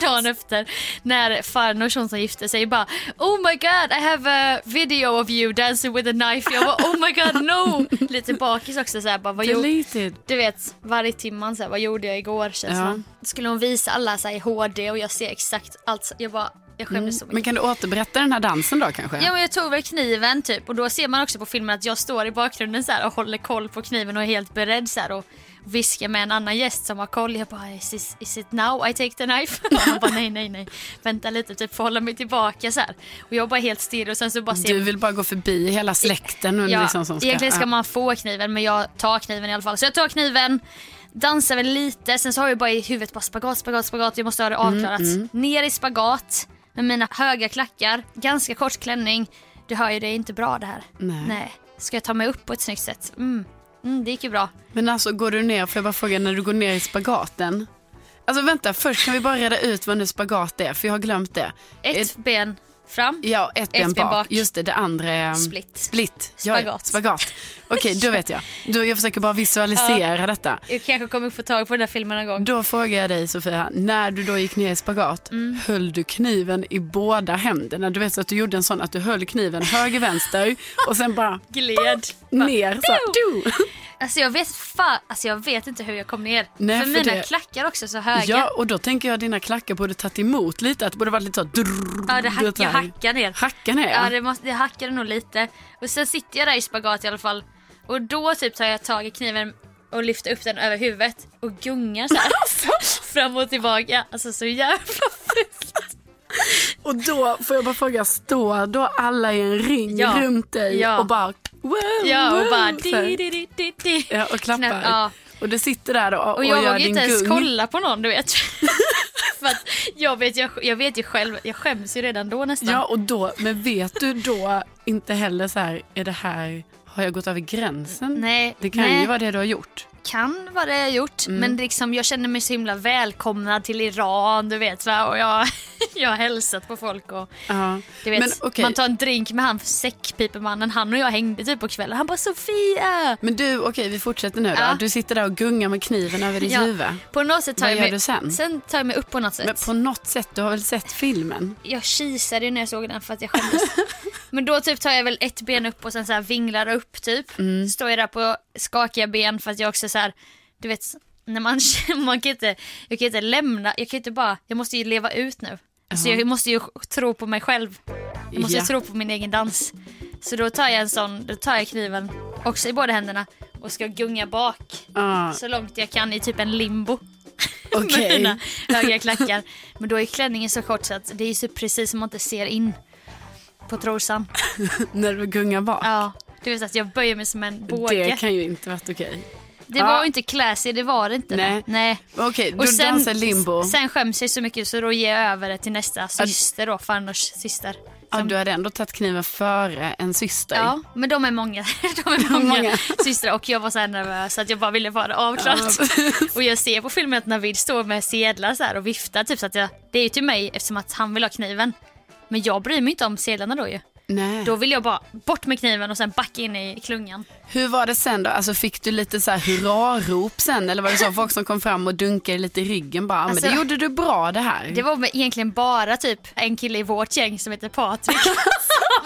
S1: dagen efter. När farnors hon som gifte sig bara Oh my god I have a video of you dancing with a knife. Jag bara oh my god no.
S2: (laughs)
S1: Lite bakis också så här, bara, vad gjorde
S2: Deleted.
S1: Du vet, varje timman så här, vad gjorde jag igår känslan. Skulle hon visa alla så här, i HD och jag ser exakt allt. Jag bara, jag skämdes så mycket.
S2: Men kan du återberätta den här dansen då kanske?
S1: Mm. Ja men jag tog väl kniven typ och då ser man också på filmen att jag står i bakgrunden så här och håller koll på kniven och är helt beredd så här och viskar med en annan gäst som har koll. Jag bara is, this, is it now I take the knife? (laughs) Och han bara nej nej nej vänta lite typ får hålla mig tillbaka så här. Och jag bara helt still och sen så bara ser
S2: Du vill bara gå förbi hela släkten. Och
S1: Ja,
S2: liksom som ska,
S1: egentligen ska man få kniven men jag tar kniven i alla fall. Så jag tar kniven, dansar väl lite, sen så har jag bara i huvudet bara spagat, spagat, spagat. Jag måste ha det
S2: Mm,
S1: avklarat. Ner i spagat med mina höga klackar, ganska kort klänning. Du hör ju, det är inte bra det här.
S2: Nej.
S1: Ska jag ta mig upp på ett snyggt sätt? Mm. Mm, det gick ju bra.
S2: Men alltså går du ner, får jag bara fråga, när du går ner i spagaten. Alltså vänta, först kan vi bara reda ut vad nu spagat är, för jag har glömt det.
S1: Ett, ben fram.
S2: ja, ett, ben, bak. Just det, det andra är...
S1: Split.
S2: Split. Ja,
S1: Spagat.
S2: spagat. Okej, då vet jag. Då, jag försöker bara visualisera detta.
S1: Jag kanske kommer få tag på den där filmen någon gång.
S2: Då frågar jag dig Sofia, när du då gick ner i spagat,
S1: Mm.
S2: höll du kniven i båda händerna? Du vet så att du gjorde en sån att du höll kniven höger, vänster och sen bara
S1: Gled.
S2: ner. Så här, du.
S1: Alltså jag vet fa- alltså jag vet inte hur jag kom ner.
S2: Nej,
S1: för,
S2: för
S1: mina
S2: det-
S1: klackar också så höga.
S2: Ja, och då tänker jag att dina klackar borde tagit emot lite, att det borde varit lite så drrrr,
S1: Ja, det hack,
S2: vet, så
S1: jag
S2: här.
S1: hackar ner.
S2: Hacka ner?
S1: Ja, det, måste, det hackade nog lite. Och sen sitter jag där i spagat i alla fall. Och då typ tar jag tag i kniven och lyfter upp den över huvudet och gungar så (laughs) här. fram och tillbaka. Alltså så jävla fult.
S2: Och då får jag bara fråga, står då alla i en ring
S1: Ja.
S2: runt dig
S1: Ja.
S2: och bara wow,
S1: Ja, och
S2: wow,
S1: bara
S2: så här.
S1: di, di, di, di, di.
S2: Ja, och klappar.
S1: Knä- ja.
S2: Och du sitter där och, och,
S1: Och jag
S2: gör
S1: vågar
S2: din
S1: inte ens
S2: gung.
S1: kolla på någon du (laughs) vet. För att jag, vet jag, jag vet ju själv, jag skäms ju redan då nästan.
S2: Ja, och då, men vet du då inte heller så här, är det här, har jag gått över gränsen?
S1: Nej,
S2: Det kan
S1: nej.
S2: ju vara det du har gjort.
S1: kan vad det har gjort men liksom, jag känner mig så himla välkomnad till Iran du vet va? och jag, (laughs) jag har hälsat på folk och
S2: Ja.
S1: du vet,
S2: men okej,
S1: man tar en drink med han säckpipemannen, han och jag hängde typ på kvällen han bara Sofia!
S2: men du, okej vi fortsätter nu då.
S1: Ja.
S2: Du sitter där och gungar med kniven över ditt
S1: Ja,
S2: huvud.
S1: På något sätt tar
S2: Vad
S1: jag
S2: gör
S1: mig,
S2: du sen?
S1: tar jag mig upp på något sätt.
S2: Men på något sätt, du har väl sett filmen?
S1: Jag kisade ju när jag såg den för att jag
S2: (laughs)
S1: skämdes. men då typ tar jag väl ett ben upp och sen så här vinglar upp typ.
S2: Mm.
S1: Står jag där på skakiga ben för att jag också så här, du vet, när man, (laughs) man kan inte, jag kan inte lämna, jag kan inte bara, jag måste ju leva ut nu. Så jag måste ju tro på mig själv. Jag måste
S2: Ja.
S1: tro på min egen dans. Så då tar jag en sån, då tar jag kniven också i båda händerna och ska gunga bak
S2: Ja,
S1: så långt jag kan i typ en limbo (laughs) med
S2: (laughs) okej.
S1: mina höga klackar. Men då är klänningen så kort så att det är ju så precis som man inte ser in på trosan.
S2: När du gungar bak.
S1: Ja, du vet att jag böjer mig som en båge.
S2: det
S1: Det,
S2: kan ju inte varit okej.
S1: var
S2: Ja.
S1: ju inte classy, det var det inte.
S2: Nej.
S1: Nej.
S2: Okej, du dansar limbo.
S1: sen skäms jag så mycket så då ger jag över det till nästa syster då, farnors syster.
S2: ja, du hade ändå tagit kniven före en syster.
S1: Ja, men de är många, (laughs) de är många,
S2: många.
S1: (laughs) systrar och jag var så här nervös så att jag bara ville bara avklarat. och jag ser på filmen att Navid står med sedlar så här och viftar typ så att jag, det är ju till mig eftersom att han vill ha kniven. Men jag bryr mig inte om sedlarna då ju.
S2: (laughs) Nej.
S1: Då vill jag bara bort med kniven och sen backa in i klungan.
S2: Hur var det sen då? Alltså fick du lite så här hurrarop sen? Eller var det så folk som kom fram och dunkade lite i ryggen bara, "Ah,
S1: Alltså,
S2: men det gjorde du bra det här.
S1: Det var väl egentligen bara typ en kille i vårt gäng som heter Patrik.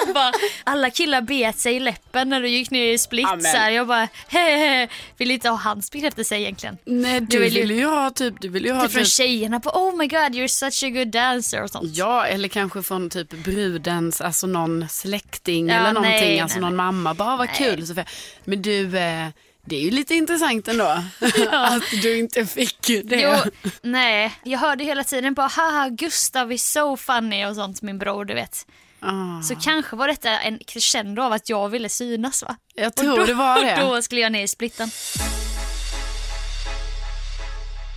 S1: som bara, alla killar bet sig i läppen när du gick ner i split.
S2: Amen.
S1: Så här, jag bara, hehehe, vill inte ha hans bekräftelse egentligen.
S2: Nej, du
S1: vill
S2: ville
S1: ju-
S2: ju... ha typ, du ville ju ha
S1: Typ från
S2: typ,
S1: tjejerna på oh my god you're such a good dancer och sånt.
S2: ja eller kanske från typ brudens, alltså någon släkting
S1: Ja,
S2: eller
S1: nej,
S2: någonting,
S1: nej,
S2: alltså
S1: nej.
S2: någon mamma, bara vad kul Sofia. Men du, eh, det är ju lite intressant ändå (laughs) att du inte fick ju det.
S1: Jo, nej, jag hörde hela tiden bara haha Gustav is so funny och sånt min bror du vet.
S2: Ah,
S1: Så kanske var detta en crescendo av att jag ville synas va?
S2: jag
S1: Och
S2: tror det var det.
S1: Då skulle jag ner i splitten.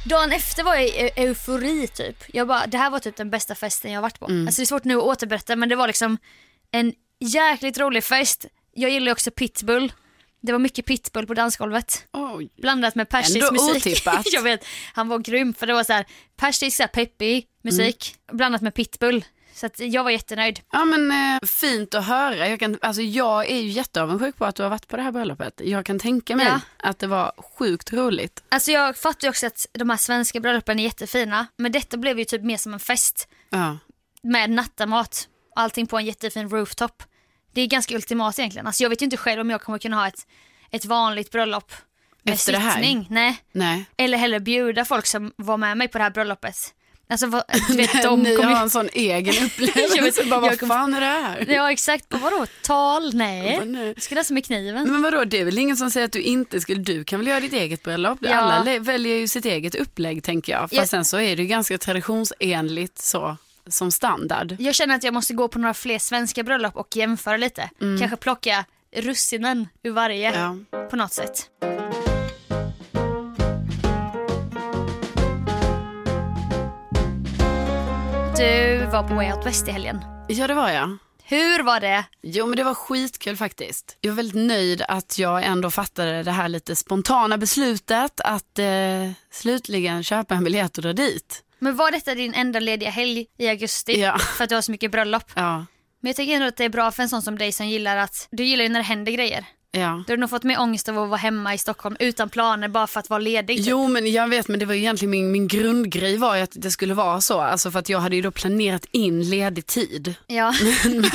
S1: Dagen efter var jag i eu- eufori typ. Jag bara, det här var typ den bästa festen jag har varit på. Alltså det är svårt nu att återberätta men det var liksom en jäkligt rolig fest. Jag gillar ju också pitbull. Det var mycket pitbull på dansgolvet.
S2: Oj.
S1: Blandat med persisk
S2: Ändå
S1: musik.
S2: otippat.
S1: (laughs) jag vet, han var grym för det var så här persisk, så här peppig musik blandat med pitbull. Så att jag var jättenöjd.
S2: Ja men eh, fint att höra. Jag, kan, alltså, jag är ju jätteavundsjuk på att du har varit på det här bröllopet. Jag kan tänka mig
S1: Ja.
S2: att det var sjukt roligt.
S1: Alltså jag fattar ju också att de här svenska bröllopen är jättefina men detta blev ju typ mer som en fest.
S2: Ja.
S1: med nattamat och allting på en jättefin rooftop. Det är ganska ultimat egentligen. Alltså jag vet ju inte själv om jag kommer kunna ha ett, ett vanligt bröllop med
S2: Efter det här?
S1: sittning. Nej.
S2: Nej.
S1: Eller heller bjuda folk som var med mig på det här bröllopet. Alltså vad,
S2: (laughs)
S1: du vet, de
S2: Ni
S1: kommer
S2: har
S1: ju...
S2: en sån
S1: (laughs)
S2: egen
S1: Jag vet,
S2: upplevelse. Bara,
S1: jag
S2: vad
S1: kommer-
S2: fan är det här?
S1: Ja exakt, på vadå? Tal? Nej.
S2: Men, eh,
S1: Jag ska läsa med kniven.
S2: Men vadå, det är väl ingen som säger att du inte skulle, du kan väl göra ditt eget bröllop?
S1: Ja.
S2: Alla le- väljer ju sitt eget upplägg tänker jag. Fast
S1: Ja.
S2: sen så är det ju ganska traditionsenligt så, som standard.
S1: Jag känner att jag måste gå på några fler svenska bröllop och jämföra lite. Kanske plocka russinen ur varje
S2: Mm. Ja.
S1: på något sätt. Du var på Way Out West i helgen.
S2: Ja, det var jag.
S1: Hur var det?
S2: Jo men det var skitkul faktiskt. Jag är väldigt nöjd att jag ändå fattade det här lite spontana beslutet att eh, slutligen köpa en biljett och dra dit.
S1: Men var detta din enda lediga helg i augusti?
S2: Ja.
S1: För att du har så mycket bröllop.
S2: Ja,
S1: Men jag tycker ändå att det är bra för en sån som dig som gillar att, du gillar ju när det händer grejer.
S2: ja.
S1: Du har nog fått mer ångest av att vara hemma i Stockholm utan planer bara för att vara ledig.
S2: Jo men jag vet men det var ju egentligen min, min grundgrej var ju att det skulle vara så. Alltså för att jag hade ju då planerat in ledig tid. (laughs)
S1: Ja.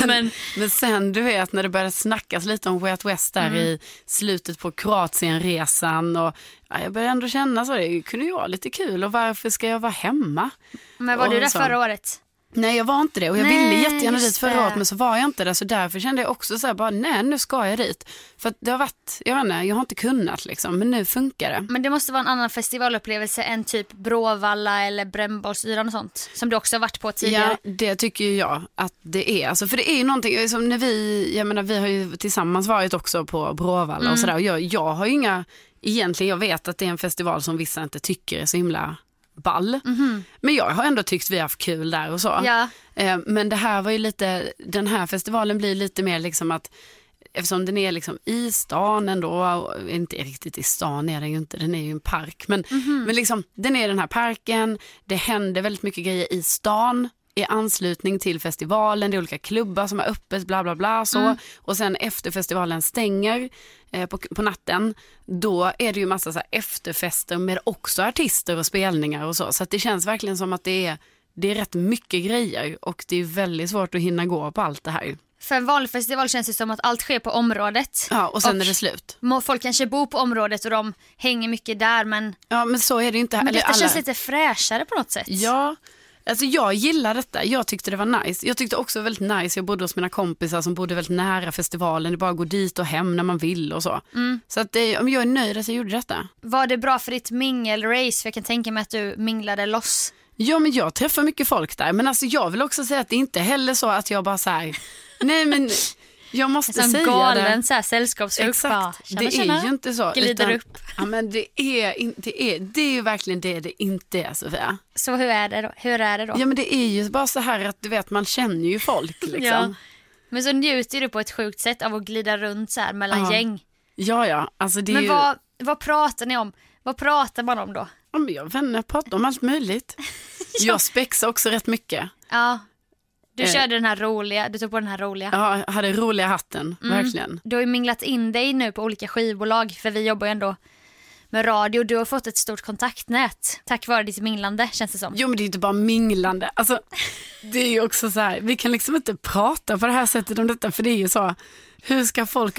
S1: Men,
S2: Men sen du vet när det började snackas lite om Way Out West där i slutet på Kroatienresan och ja, jag började ändå känna så, det kunde ju vara lite kul och varför ska jag vara hemma?
S1: men var
S2: Och
S1: du
S2: en
S1: där
S2: sån.
S1: förra året?
S2: Nej jag var inte det och jag
S1: Nej,
S2: ville jättegärna
S1: just
S2: dit förra
S1: det.
S2: året men så var jag inte det så därför kände jag också så här bara nej nu ska jag dit. För att det har varit, jag vet inte, jag har inte kunnat liksom men nu funkar det.
S1: Men det måste vara en annan festivalupplevelse än typ Bråvalla eller Brännbollsyran och sånt. Som du också har varit på tidigare.
S2: Ja, det tycker ju jag att det är. Alltså, för det är ju någonting, som när vi, jag menar vi har ju tillsammans varit också på Bråvalla
S1: Mm.
S2: och sådär. Och jag, jag har ju inga, egentligen jag vet att det är en festival som vissa inte tycker är så himla ball. Men jag har ändå tyckt vi har haft kul där och så.
S1: Mhm. Ja.
S2: Eh, Men det här var ju lite, den här festivalen blir lite mer liksom att Eftersom den är liksom i stan ändå, och inte riktigt i stan är den ju inte, den är ju en park. Men, men liksom, den är i den här parken, det händer väldigt mycket grejer i stan i anslutning till festivalen, det är olika klubbar som har öppet, bla bla bla. Så. Och sen efter festivalen stänger eh, på, på natten, då är det ju massa så här efterfester med också artister och spelningar och så. Så att det känns verkligen som att det är, det är rätt mycket grejer och det är väldigt svårt att hinna gå på allt det här.
S1: För en vanlig festival känns det som att allt sker på området.
S2: Ja, och sen är det slut.
S1: Må- Folk kanske bor på området och de hänger mycket där men,
S2: Ja, men så är det ju inte här.
S1: men
S2: Eller
S1: detta
S2: alla-
S1: känns lite fräschare på något sätt.
S2: Ja, alltså jag gillar detta. Jag tyckte det var nice. Jag tyckte också det var väldigt nice, jag bodde hos mina kompisar som bodde väldigt nära festivalen. Det är bara att gå dit och hem när man vill och så.
S1: Mm.
S2: Så att det, ja, men jag är nöjd att jag gjorde detta.
S1: Var det bra för ditt mingelrace? För jag kan tänka mig att du minglade loss.
S2: Ja, men jag träffar mycket folk där. Men alltså jag vill också säga att det är inte heller så att jag bara
S1: (laughs)
S2: så här, nej men jag måste
S1: Som
S2: säga det.
S1: galen så här sällskapsgrupp. bara,
S2: Exakt,
S1: tjena,
S2: det
S1: tjena.
S2: är ju inte så.
S1: Glider
S2: utan-
S1: upp.
S2: Ja, men det är, in, det, är, det är ju verkligen det det inte är Sofia.
S1: Så hur är det då? Hur är det då?
S2: Ja men det är ju bara så här att du vet man känner ju folk
S1: (laughs)
S2: liksom.
S1: Ja.
S2: ja.
S1: Men så njuter du på ett sjukt sätt av att glida runt så här mellan
S2: Ja.
S1: gäng.
S2: ja alltså det är
S1: Men
S2: ju,
S1: vad, vad pratar ni om? Vad pratar man om då?
S2: ja, men jag och vänner pratar om
S1: (laughs)
S2: allt möjligt. Jag spexar också rätt mycket.
S1: Ja, du
S2: Eh.
S1: körde den här roliga, du tog på den här roliga.
S2: Ja, jag hade roliga hatten,
S1: Mm.
S2: verkligen.
S1: Du har ju minglat in dig nu på olika skivbolag för vi jobbar ju ändå med radio. Du har fått ett stort kontaktnät tack vare ditt minglande känns det som.
S2: Jo men det är ju inte bara minglande. Alltså, det är ju också så här, vi kan liksom inte prata på det här sättet om detta för det är ju så, hur ska folk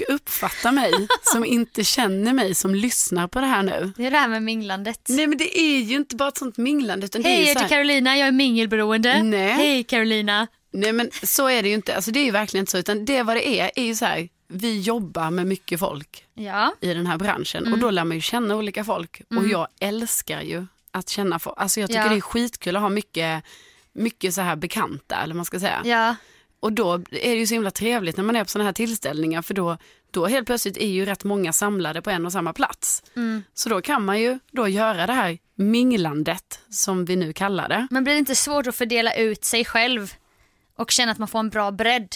S1: (laughs)
S2: uppfatta mig som inte känner mig som lyssnar på det här nu?
S1: Det är det här med minglandet.
S2: Nej men det är ju inte bara ett sånt minglande utan Mm, det
S1: Hej,
S2: är ju
S1: jag
S2: så
S1: heter
S2: här,
S1: Carolina, jag är mingelberoende.
S2: Nej.
S1: Hej Carolina.
S2: Nej men så är det ju inte, alltså det är ju verkligen inte så utan det vad det är är ju så här, vi jobbar med mycket folk
S1: Ja,
S2: i den här branschen och då
S1: Mm.
S2: lär man ju känna olika folk och jag älskar ju att känna folk, alltså jag tycker
S1: Ja.
S2: det är skitkul att ha mycket, mycket så här bekanta eller vad man ska säga.
S1: ja.
S2: Och då är det ju så himla trevligt när man är på sådana här tillställningar för då, då helt plötsligt är ju rätt många samlade på en och samma plats.
S1: Mm.
S2: Så då kan man ju då göra det här minglandet som vi nu kallar det.
S1: Men blir det inte svårt att fördela ut sig själv och känna att man får en bra bredd?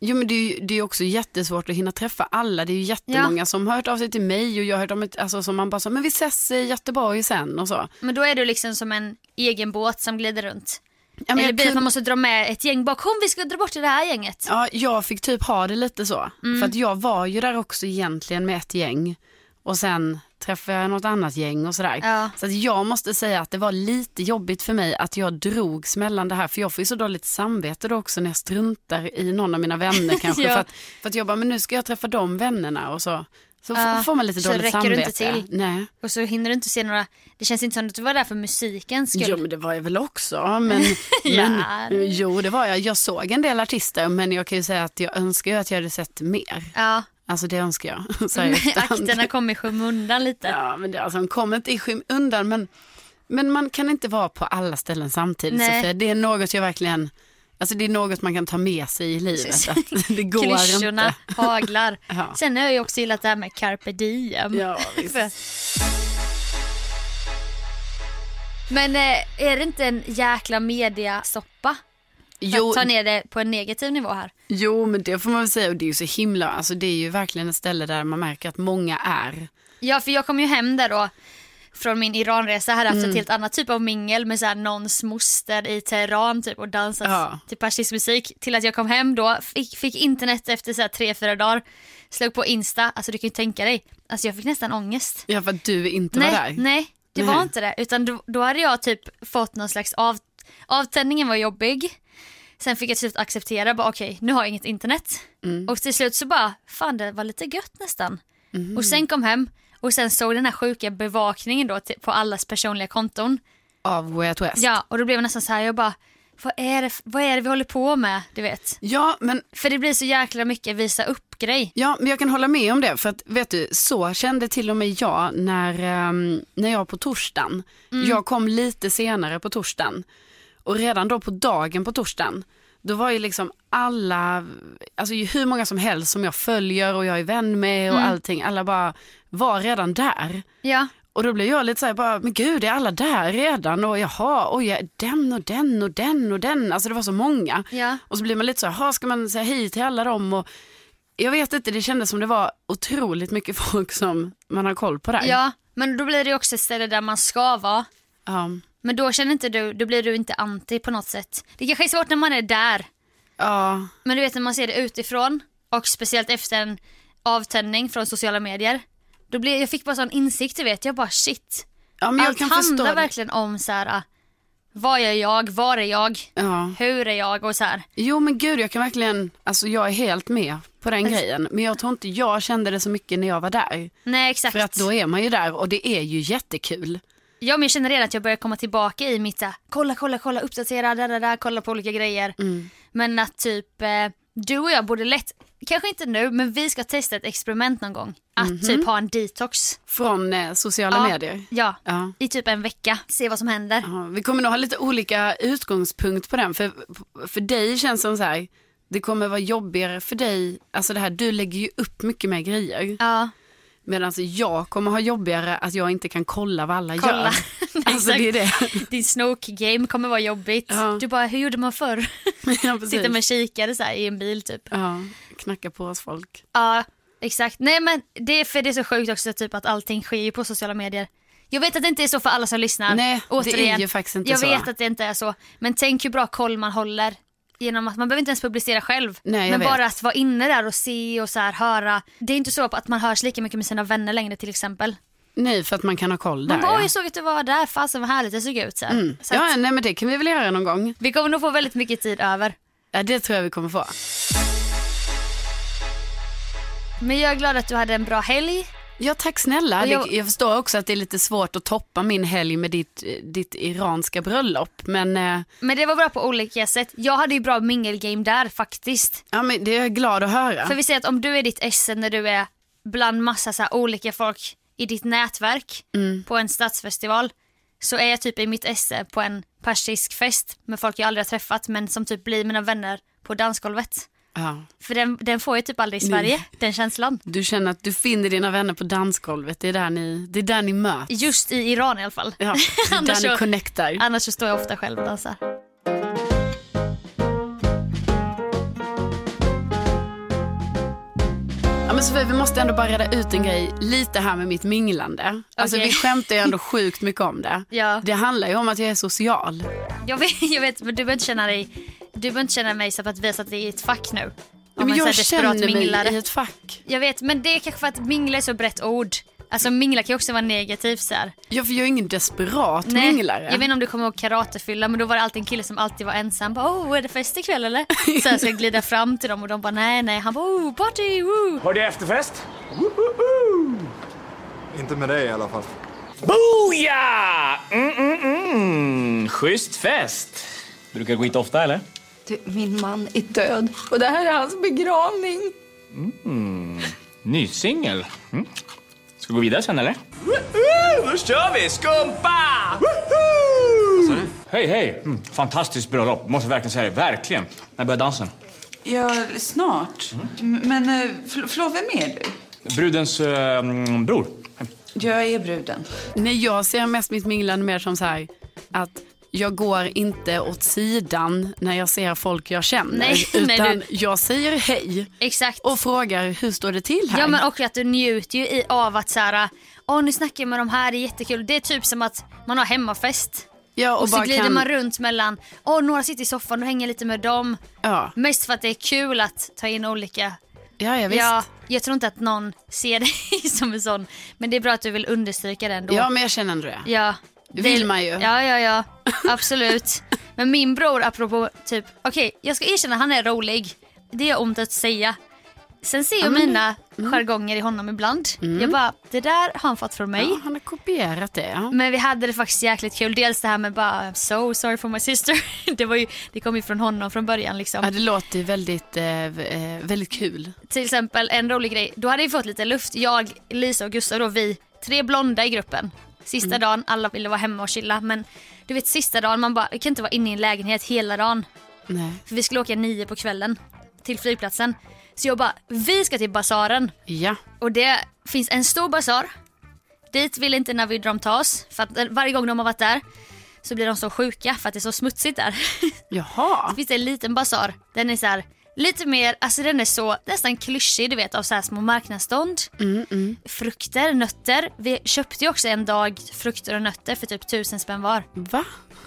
S2: Jo men det är ju det är ju också jättesvårt att hinna träffa alla. Det är ju jättemånga som har hört av sig till mig och jag har hört om ett, alltså som man bara sa, men vi ses i Göteborg sen och så.
S1: Men då är du liksom som en egen båt som glider runt.
S2: Ja, men
S1: Eller
S2: jag
S1: blir det att
S2: kunde-
S1: man måste dra med ett gäng bakom, vi ska dra bort det här gänget.
S2: Ja, jag fick typ ha det lite så. För att jag var ju där också egentligen med ett gäng. Och sen träffade jag något annat gäng och sådär.
S1: Ja.
S2: Så att jag måste säga att det var lite jobbigt för mig att jag drogs mellan det här. För jag får ju så dåligt samvete då också när jag struntar i någon av
S1: (laughs)
S2: mina vänner kanske.
S1: Ja.
S2: för, att, för att jag bara, men nu ska jag träffa de vännerna och så. Så f-
S1: Ja,
S2: får man lite
S1: så
S2: dåligt
S1: räcker du
S2: samvete.
S1: inte till.
S2: Nej.
S1: Och så hinner du inte se några, det känns inte som att du var där för musikens skull.
S2: Jo men det var jag väl också. Men,
S1: (laughs) Ja.
S2: men, jo det var jag. Jag såg en del artister men jag kan ju säga att jag önskar ju att jag hade sett mer.
S1: Ja,
S2: Alltså det önskar
S1: (laughs)
S2: jag. (laughs) Så här i efterhand.
S1: akterna kom i skymundan lite.
S2: (laughs) Ja, men det, alltså, de kommer inte i skymundan. Men, men man kan inte vara på alla ställen samtidigt
S1: Nej.
S2: Sofia. Det är något jag verkligen, alltså det är något man kan ta med sig i
S1: (laughs)
S2: livet. Att det går
S1: Klyschorna
S2: inte. (laughs)
S1: haglar.
S2: Ja.
S1: Sen har jag ju också gillat det här med carpe diem.
S2: Ja, visst.
S1: För- Men eh, är det inte en jäkla mediasoppa?
S2: Jo,
S1: Ta ner det på en negativ nivå här.
S2: jo, men det får man väl säga. Och det är ju så himla, alltså det är ju verkligen ett ställe där man märker att många är.
S1: Ja, för jag kom ju hem där då från min Iranresa. Jag hade haft ett helt annat typ av mingel med så här någons moster i Teheran typ och dansat
S2: Ja.
S1: till persisk musik. Till att jag kom hem då, fick, fick internet efter så här tre, fyra dagar. Slog på Insta, alltså du kan ju tänka dig. Alltså jag fick nästan ångest.
S2: Ja, för att du inte
S1: nej,
S2: var där.
S1: nej, det
S2: Nej.
S1: var inte det. Utan då, då hade jag typ fått någon slags av, avtändningen var jobbig. Sen fick jag till slut acceptera, bara okej, nu har jag inget internet.
S2: Mm.
S1: Och till slut så bara, fan det var lite gött nästan.
S2: Mm.
S1: Och sen kom hem och sen såg den här sjuka bevakningen då till, på allas personliga konton.
S2: Av Way Out West.
S1: Ja, och då blev jag nästan så här, jag bara, vad är det, f- vad är det vi håller på med, du vet?
S2: ja, men
S1: För det blir så jäkla mycket visa upp-grej.
S2: Ja, men jag kan hålla med om det. För att vet du, så kände till och med jag när, ehm, när jag på torsdagen. Jag kom lite senare på torsdagen. Och redan då på dagen på torsdagen. Då var ju liksom alla, alltså ju hur många som helst som jag följer och jag är vän med och allting. Alla bara var redan där.
S1: Ja,
S2: Och då blev jag lite så här, bara, men gud är alla där redan? Och jaha, oj, ja, den och den och den och den. Alltså det var så många.
S1: Ja.
S2: Och så blir man lite så här, "Jaha, ska man säga hej till alla dem? Och jag vet inte, det kändes som det var otroligt mycket (laughs) folk som man har koll på där.
S1: ja, men då blir det ju också ett ställe där man ska vara.
S2: Ja,
S1: Men då känner inte du, då blir du inte anti på något sätt. Det kanske är svårt när man är där,
S2: ja,
S1: men du vet när man ser det utifrån och speciellt efter en avtändning från sociala medier. Då blev, jag fick bara sån insikt du vet, jag bara shit.
S2: ja men jag
S1: Allt
S2: kan förstå.
S1: handlar
S2: det.
S1: verkligen om så här, ah, vad är jag, var är jag,
S2: Ja.
S1: hur är jag och så här.
S2: Jo men gud, jag kan verkligen, alltså jag är helt med på den grejen. Men jag tror inte jag kände det så mycket när jag var där.
S1: Nej exakt.
S2: För att då är man ju där och det är ju jättekul.
S1: Ja men jag känner redan att jag börjar komma tillbaka i mitt så här, kolla, kolla, kolla, uppdatera, där, där, där, kolla på olika grejer.
S2: Mm.
S1: Men att typ eh, du och jag borde lätt, kanske inte nu, men vi ska testa ett experiment någon gång. Att
S2: Mhm.
S1: typ ha en detox.
S2: Från eh, sociala
S1: Ja,
S2: medier.
S1: Ja,
S2: Ja.
S1: i typ en vecka. Se vad som händer.
S2: Ja, vi kommer nog ha lite olika utgångspunkt på den. För, för dig känns det som så här, det kommer vara jobbigare för dig. Alltså det här, du lägger ju upp mycket mer grejer.
S1: Ja, (laughs)
S2: Medan alltså jag kommer ha jobbigare att jag inte kan kolla vad alla
S1: Kolla. (laughs)
S2: gör. alltså det är det.
S1: din snoke-game kommer vara jobbigt.
S2: Ja.
S1: Du bara, hur gjorde man förr? (laughs)
S2: (laughs) ja, precis.
S1: Sitter med kikare så här i en bil typ.
S2: ja, knacka på oss folk.
S1: Ja, exakt. Nej men det är för det är så sjukt också typ att allting sker ju på sociala medier. Jag vet att det inte är så för alla som lyssnar.
S2: Nej, det är ju faktiskt inte
S1: jag
S2: så.
S1: vet att det inte är så. Men tänk hur bra koll man håller. Genom att man behöver inte ens publicera själv.
S2: Nej, jag
S1: men
S2: vet.
S1: bara att vara inne där och se och så här höra. Det är inte så att man hörs lika mycket med sina vänner längre till exempel.
S2: Nej, för att man kan ha koll där.
S1: Man bara, "Oj, jag såg att du var där, fasen vad härligt det såg ut. Så här. Så att,
S2: ja, nej men det kan vi väl göra någon gång.
S1: Vi kommer nog få väldigt mycket tid över.
S2: Ja, det tror jag vi kommer få.
S1: Men jag är glad att du hade en bra helg.
S2: Ja, tack snälla.
S1: Och jag-
S2: Jag... jag förstår också att det är lite svårt att toppa min helg med ditt, eh, ditt iranska bröllop. Men eh,
S1: Men det var bra på olika sätt. Jag hade ju bra mingelgame där faktiskt.
S2: Ja, men det är jag glad att höra.
S1: För vi säger att om du är ditt esse när du är bland massa så här olika folk i ditt nätverk
S2: Mm.
S1: på en stadsfestival så är jag typ i mitt esse på en persisk fest med folk jag aldrig har träffat men som typ blir mina vänner på på dansgolvet.
S2: Ja.
S1: För den, den får jag typ aldrig i Sverige, den känslan.
S2: Du känner att du finner dina vänner på dansgolvet, det är där ni, det är där ni möts.
S1: Just i Iran i alla fall.
S2: Ja, det
S1: (laughs)
S2: är
S1: Annars
S2: där
S1: så-
S2: ni connectar.
S1: Annars så står jag ofta själv och dansar.
S2: Ja, men Sofie, vi måste ändå bara reda ut en grej lite här med mitt minglande. Alltså,
S1: Okej.
S2: Vi skämtar ju ändå sjukt mycket om det.
S1: Ja.
S2: Det handlar ju om att jag är social.
S1: Jag vet, (laughs) jag vet men du behöver inte känna dig... Du behöver inte känna mig så för att vi har satt dig i ett fack nu. Om
S2: Ja, men
S1: en sån här
S2: jag
S1: desperat
S2: känner mig
S1: minglare.
S2: i ett fack.
S1: Jag vet, men det är kanske för att mingla är så brett ord. Alltså mingla kan ju också vara negativt så här.
S2: Ja, för jag är ingen desperat
S1: Nej,
S2: minglare.
S1: Jag vet inte om du kommer ihåg karatefylla men då var det alltid en kille som alltid var ensam. Bara, oh, är det fest ikväll
S2: (laughs)
S1: eller? Så jag ska glida fram till dem och de bara nej nej. Han bara oh, party, woo.
S3: Har du efterfest?
S4: Inte med dig i alla fall.
S3: Boja! Mm, mm, mm. Schysst fest. Brukar gå hit ofta eller?
S5: Du, min man är död och det här är hans begravning.
S3: Ny singel. Mm. Ska vi gå vidare sen eller? Då kör vi! Skumpa! Hej hej! Mm. Fantastiskt bröllop, måste verkligen säga det. Verkligen. När börjar dansen?
S6: Ja, snart. M- Men eh, förl- förlåt, vem är du?
S3: Brudens eh, mm, bror.
S6: Jag är bruden.
S2: Nej, jag ser mest mitt minglande mer som så här att jag går inte åt sidan när jag ser folk jag känner.
S1: Nej, (laughs) nej,
S2: utan
S1: du-
S2: jag säger hej
S1: Exakt.
S2: och frågar hur står det till här?
S1: Ja men också att du njuter ju i- av att så här, åh nu snackar jag med de här, det är jättekul. Det är typ som att man har hemmafest.
S2: Ja,
S1: Och, så
S2: bara
S1: glider
S2: kan-
S1: man runt mellan, åh några sitter i soffan och hänger jag lite med dem.
S2: Ja,
S1: Mest för att det är kul att ta in olika.
S2: ja, ja visst.
S1: Ja,
S2: Ja.
S1: jag tror inte att någon ser (laughs) dig som en sån. Men det är bra att du vill understryka det ändå.
S2: men jag känner ändå det.
S1: Ja.
S2: Det vill man ju.
S1: Ja, ja, ja.
S2: (laughs)
S1: Absolut. Men min bror, apropå typ, okej, jag ska erkänna han är rolig. Det gör ont att säga. Sen ser jag mina
S2: Mm.
S1: jargonger i honom ibland. Jag bara, det där har han fått från mig.
S2: Ja, han har kopierat det. Ja.
S1: Men vi hade det faktiskt jäkligt kul. Dels det här med bara, I'm so sorry for my sister. (laughs) Det, var ju, det kom ju från honom från början liksom.
S2: Ja, det låter ju väldigt, eh, eh, väldigt kul.
S1: Till exempel en rolig grej, då hade vi fått lite luft. Jag, Lisa och Gustav då, vi tre blonda i gruppen. Sista dagen, alla ville vara hemma och chilla men du vet sista dagen, man bara, vi kan inte vara inne i en lägenhet hela dagen.
S2: Nej.
S1: För vi skulle åka nio på kvällen till flygplatsen. Så jag bara, vi ska till basaren.
S2: Ja.
S1: Och det finns en stor basar. Dit vill inte Navidrom ta oss. För att varje gång de har varit där så blir de så sjuka för att det är så smutsigt där.
S2: Jaha.
S1: finns det en liten basar. Den är så här, lite mer, alltså den är så nästan klyschig du vet av så här små marknadsstånd. Frukter, nötter. Vi köpte ju också en dag frukter och nötter för typ tusen spänn var.
S2: Va?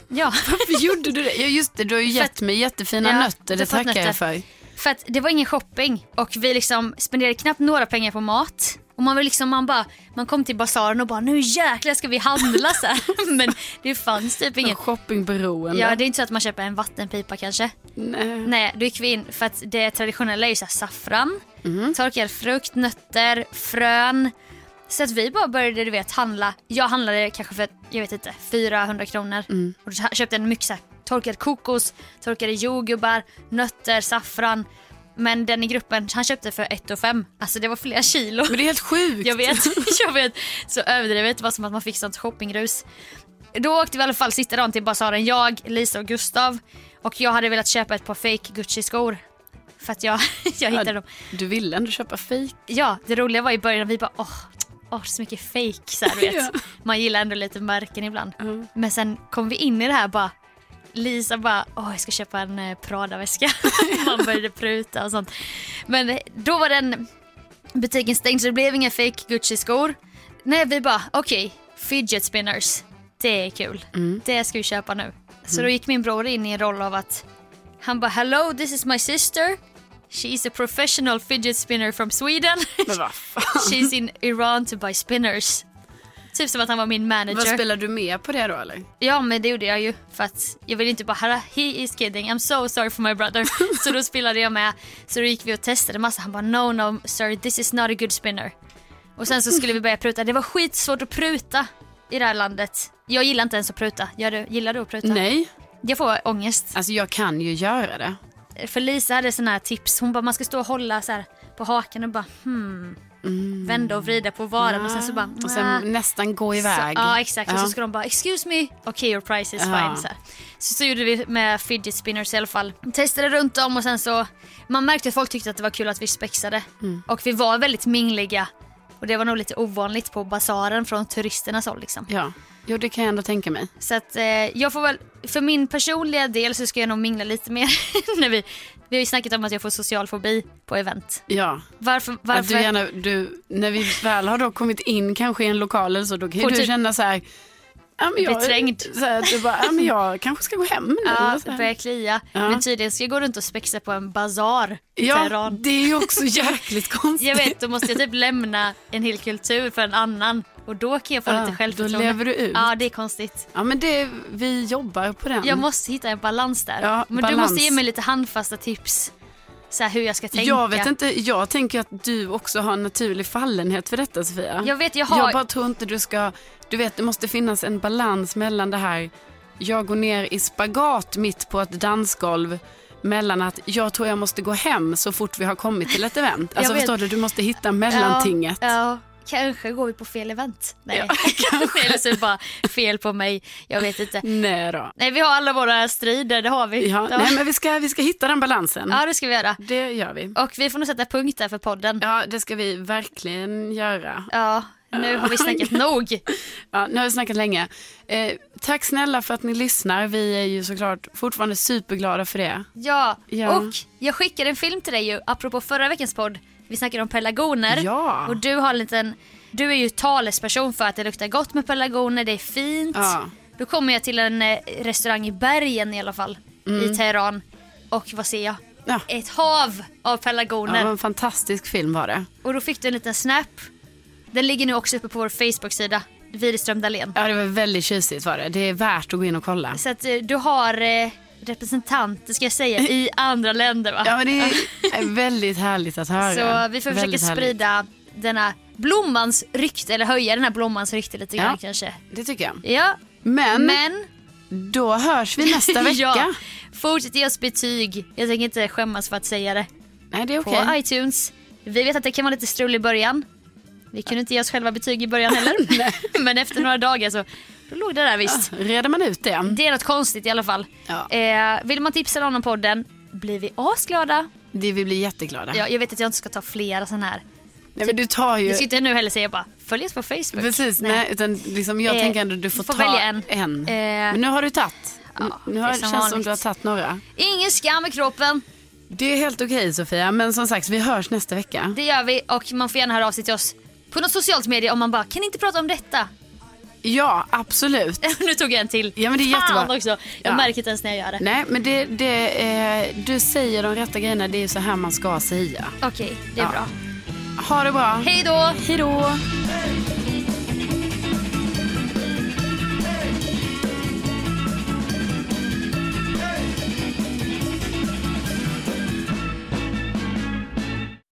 S1: Ja.
S2: Varför gjorde du det? Ja, just det, du har ju
S1: För
S2: gett
S1: att-
S2: mig jättefina
S1: Ja,
S2: nötter.
S1: du
S2: Det
S1: har fått
S2: tackar
S1: nötter.
S2: jag för.
S1: (laughs) För att det var ingen shopping och vi liksom spenderade knappt några pengar på mat. Och man var liksom, man bara, man kom till basaren och bara nu jäklar ska vi handla så här. (laughs) Men det fanns typ inget.
S2: Shoppingberoende.
S1: Ja det är inte så att man köper en vattenpipa kanske.
S2: Nej.
S1: Nej då gick vi in för att det traditionella är ju så här saffran,
S2: Mm.
S1: torkad frukt, nötter, frön. Så att vi bara började du vet handla. Jag handlade kanske för, jag vet inte, 400 kronor.
S2: Mm.
S1: Och då köpte en mycket så här, torkad kokos, torkade jordgubbar, nötter, saffran. Men den i gruppen, han köpte för 1 5. Alltså det var flera kilo.
S2: Men det är helt sjukt.
S1: Jag vet, (laughs) jag vet. Så överdrivet. Det var som att man fick sånt shoppingrus. Då åkte vi i alla fall sista dagen till basaren, jag, Lisa och Gustav. Och jag hade velat köpa ett par fake Gucci-skor. För att jag, (laughs) jag hittade dem.
S2: Du ville ändå köpa fejk.
S1: Ja, det roliga var i början, vi bara åh, åh så mycket fake så här, du vet.
S2: Ja.
S1: Man gillar ändå lite märken ibland. Men sen kom vi in i det här bara, Lisa bara, åh jag ska köpa en eh, Prada-väska. Man började pruta och sånt. Men eh, då var den butiken stängd så det blev inga fake Gucci-skor. Nej, vi bara, okej, fidget spinners, det är kul. Det ska vi köpa nu. Så då gick min bror in i en roll av att han bara, hello this is my sister. She is a professional fidget spinner from Sweden.
S2: Men vad fan.
S1: She's in Iran to buy spinners. Typ som att han var min
S2: Vad
S1: manager.
S2: spelar du med på det då eller?
S1: Ja men det gjorde jag ju för att jag ville inte bara "Haha, he is kidding, I'm so sorry for my brother. så då spelade jag med. Så då gick vi och testade massa. Han bara no no sir this is not a good spinner. Och sen så skulle vi börja pruta. Det var skitsvårt att pruta i det här landet. Jag gillar inte ens att pruta. Gör du, gillar du att pruta?
S2: Nej,
S1: Jag får ångest.
S2: alltså jag kan ju göra det.
S1: För Lisa hade såna här tips. Hon bara man ska stå och hålla så här på hakan och bara hmm. Vända och vrida på varan och sen så bara
S2: Mm. Och
S1: "Nä."
S2: sen nästan gå iväg.
S1: Så, ja exakt och
S2: Ja.
S1: så ska de bara excuse me, okej your price is
S2: Ja.
S1: fine. Så, här. så så gjorde vi med fidget spinners i alla fall. Testade runt om och sen så, man märkte att folk tyckte att det var kul att vi spexade.
S2: Mm.
S1: Och vi var väldigt mingliga. Och det var nog lite ovanligt på basaren från turisternas håll liksom.
S2: ja. Jo, det kan jag ändå tänka mig.
S1: Så att eh, jag får väl, för min personliga del så ska jag nog mingla lite mer. (laughs) när vi, vi har ju snackat om att jag får social fobi på event.
S2: Ja.
S1: Varför?
S2: Att
S1: varför?
S2: du gärna, du, när vi väl har då kommit in kanske i en lokal eller så, då kan ju
S1: Får
S2: du
S1: typ-
S2: känna så här, ja, men jag,
S1: Beträngd.
S2: Så här, du bara, ja,
S1: (laughs)
S2: men jag kanske ska gå hem nu.
S1: Ja,
S2: Och så
S1: det
S2: här.
S1: börjar klia.
S2: Ja.
S1: Men tydligen ska jag gå runt och spexa på en bazar i
S2: ja
S1: Teheran.
S2: det är ju
S1: (laughs)
S2: också jäkligt konstigt.
S1: Jag vet, då måste jag typ lämna en hel kultur för en annan. Och då kan jag få
S2: Ja,
S1: lite självförtroende.
S2: Ah, då lever du ut.
S1: Ja, det är konstigt.
S2: Ja, men det, vi jobbar på den.
S1: Jag måste hitta en balans där.
S2: Ja,
S1: Men du
S2: balans.
S1: måste ge mig lite handfasta tips. Så här, hur jag ska tänka.
S2: jag vet inte, jag tänker att du också har en naturlig fallenhet för detta Sofia.
S1: Jag vet, jag har-
S2: bara tror inte du ska, du vet det måste finnas en balans mellan det här, jag går ner i spagat mitt på ett dansgolv, mellan att jag tror jag måste gå hem så fort vi har kommit till
S1: (laughs)
S2: ett event. Alltså
S1: vet.
S2: förstår du, du måste hitta mellantinget.
S1: Ja, ja. Kanske går vi på fel event. Nej, (laughs) kanske. Eller så är det bara fel på mig. Jag vet inte.
S2: Nej då.
S1: Nej, vi har alla våra strider, det har vi.
S2: Ja, nej men vi ska, vi ska hitta den balansen.
S1: ja det ska vi göra.
S2: Det gör vi.
S1: Och vi får nog sätta punkt där för podden.
S2: Ja, det ska vi verkligen göra.
S1: Ja, nu har vi
S2: (laughs)
S1: snackat nog.
S2: Ja, nu har vi snackat länge. Eh, tack snälla för att ni lyssnar. Vi är ju såklart fortfarande superglada för det.
S1: Ja.
S2: Ja.
S1: och jag skickade en film till dig ju, apropå förra veckans podd. Vi snackade om pelargoner.
S2: Ja.
S1: Och du har en liten, du är ju talesperson för att det luktar gott med pelargoner, det är fint.
S2: Ja.
S1: Då kommer jag till en eh, restaurang i bergen i alla fall,
S2: Mm.
S1: i Teheran. Och vad ser jag?
S2: Ja.
S1: Ett hav av
S2: Ja,
S1: pelargoner.
S2: det var en fantastisk film var det.
S1: Och då fick du en liten snap. Den ligger nu också uppe på vår Facebook-sida, Widerström Dahlén.
S2: Ja, det var väldigt tjusigt var det. Det är värt att gå in och kolla.
S1: Så att eh, du har eh, representanter, ska jag
S2: (laughs)
S1: säga, i andra länder va?
S2: Ja, men det
S1: (laughs)
S2: är väldigt härligt att höra.
S1: Så vi får försöka
S2: Väldigt härligt.
S1: sprida denna blommans rykte, eller höja den här blommans rykte lite grann
S2: Ja. Mm.
S1: kanske.
S2: Det tycker jag.
S1: Ja,
S2: Men,
S1: men...
S2: då hörs vi
S1: (laughs)
S2: nästa vecka.
S1: ja, fortsätt ge oss betyg. Jag tänker inte skämmas för att säga det.
S2: Nej, det är
S1: På
S2: okej.
S1: iTunes. Vi vet att det kan vara lite strul i början. Vi kunde inte ge oss själva betyg i början
S2: (laughs)
S1: heller. (laughs) men efter några dagar så då låg det där visst.
S2: Reder man ut det?
S1: Det är något konstigt i alla fall.
S2: Ja.
S1: Eh, vill man tipsa någon om podden blir vi asglada.
S2: det vi blir jätteglada.
S1: Ja, jag vet att jag inte ska ta flera sådana här.
S2: Nej, men du tar ju...
S1: Jag ska inte nu heller säga bara följ oss på Facebook.
S2: Precis, nej. utan liksom jag
S1: Eh,
S2: tänker ändå du får,
S1: får
S2: ta
S1: välja en.
S2: en.
S1: Eh,
S2: Men nu har du tagit. nu har,
S1: det är
S2: det
S1: som
S2: känns som
S1: vanligt.
S2: du har tagit några.
S1: Ingen skam i kroppen,
S2: Det är helt okej Sofia, men som sagt vi hörs nästa vecka.
S1: det gör vi och man får gärna höra av sig till oss på något socialt medie om man bara kan ni inte prata om detta. (laughs)
S2: Ja, absolut.
S1: nu tog jag en till.
S2: Ja, men det är
S1: Fan
S2: jättebra.
S1: också, jag
S2: Ja.
S1: märker inte ens när jag gör det.
S2: Nej, men det, det, eh, du säger de rätta grejerna, det är ju så här man ska säga.
S1: Okej, det är
S2: Ja.
S1: bra.
S2: Ha det bra.
S1: Hej då!
S2: Hej då.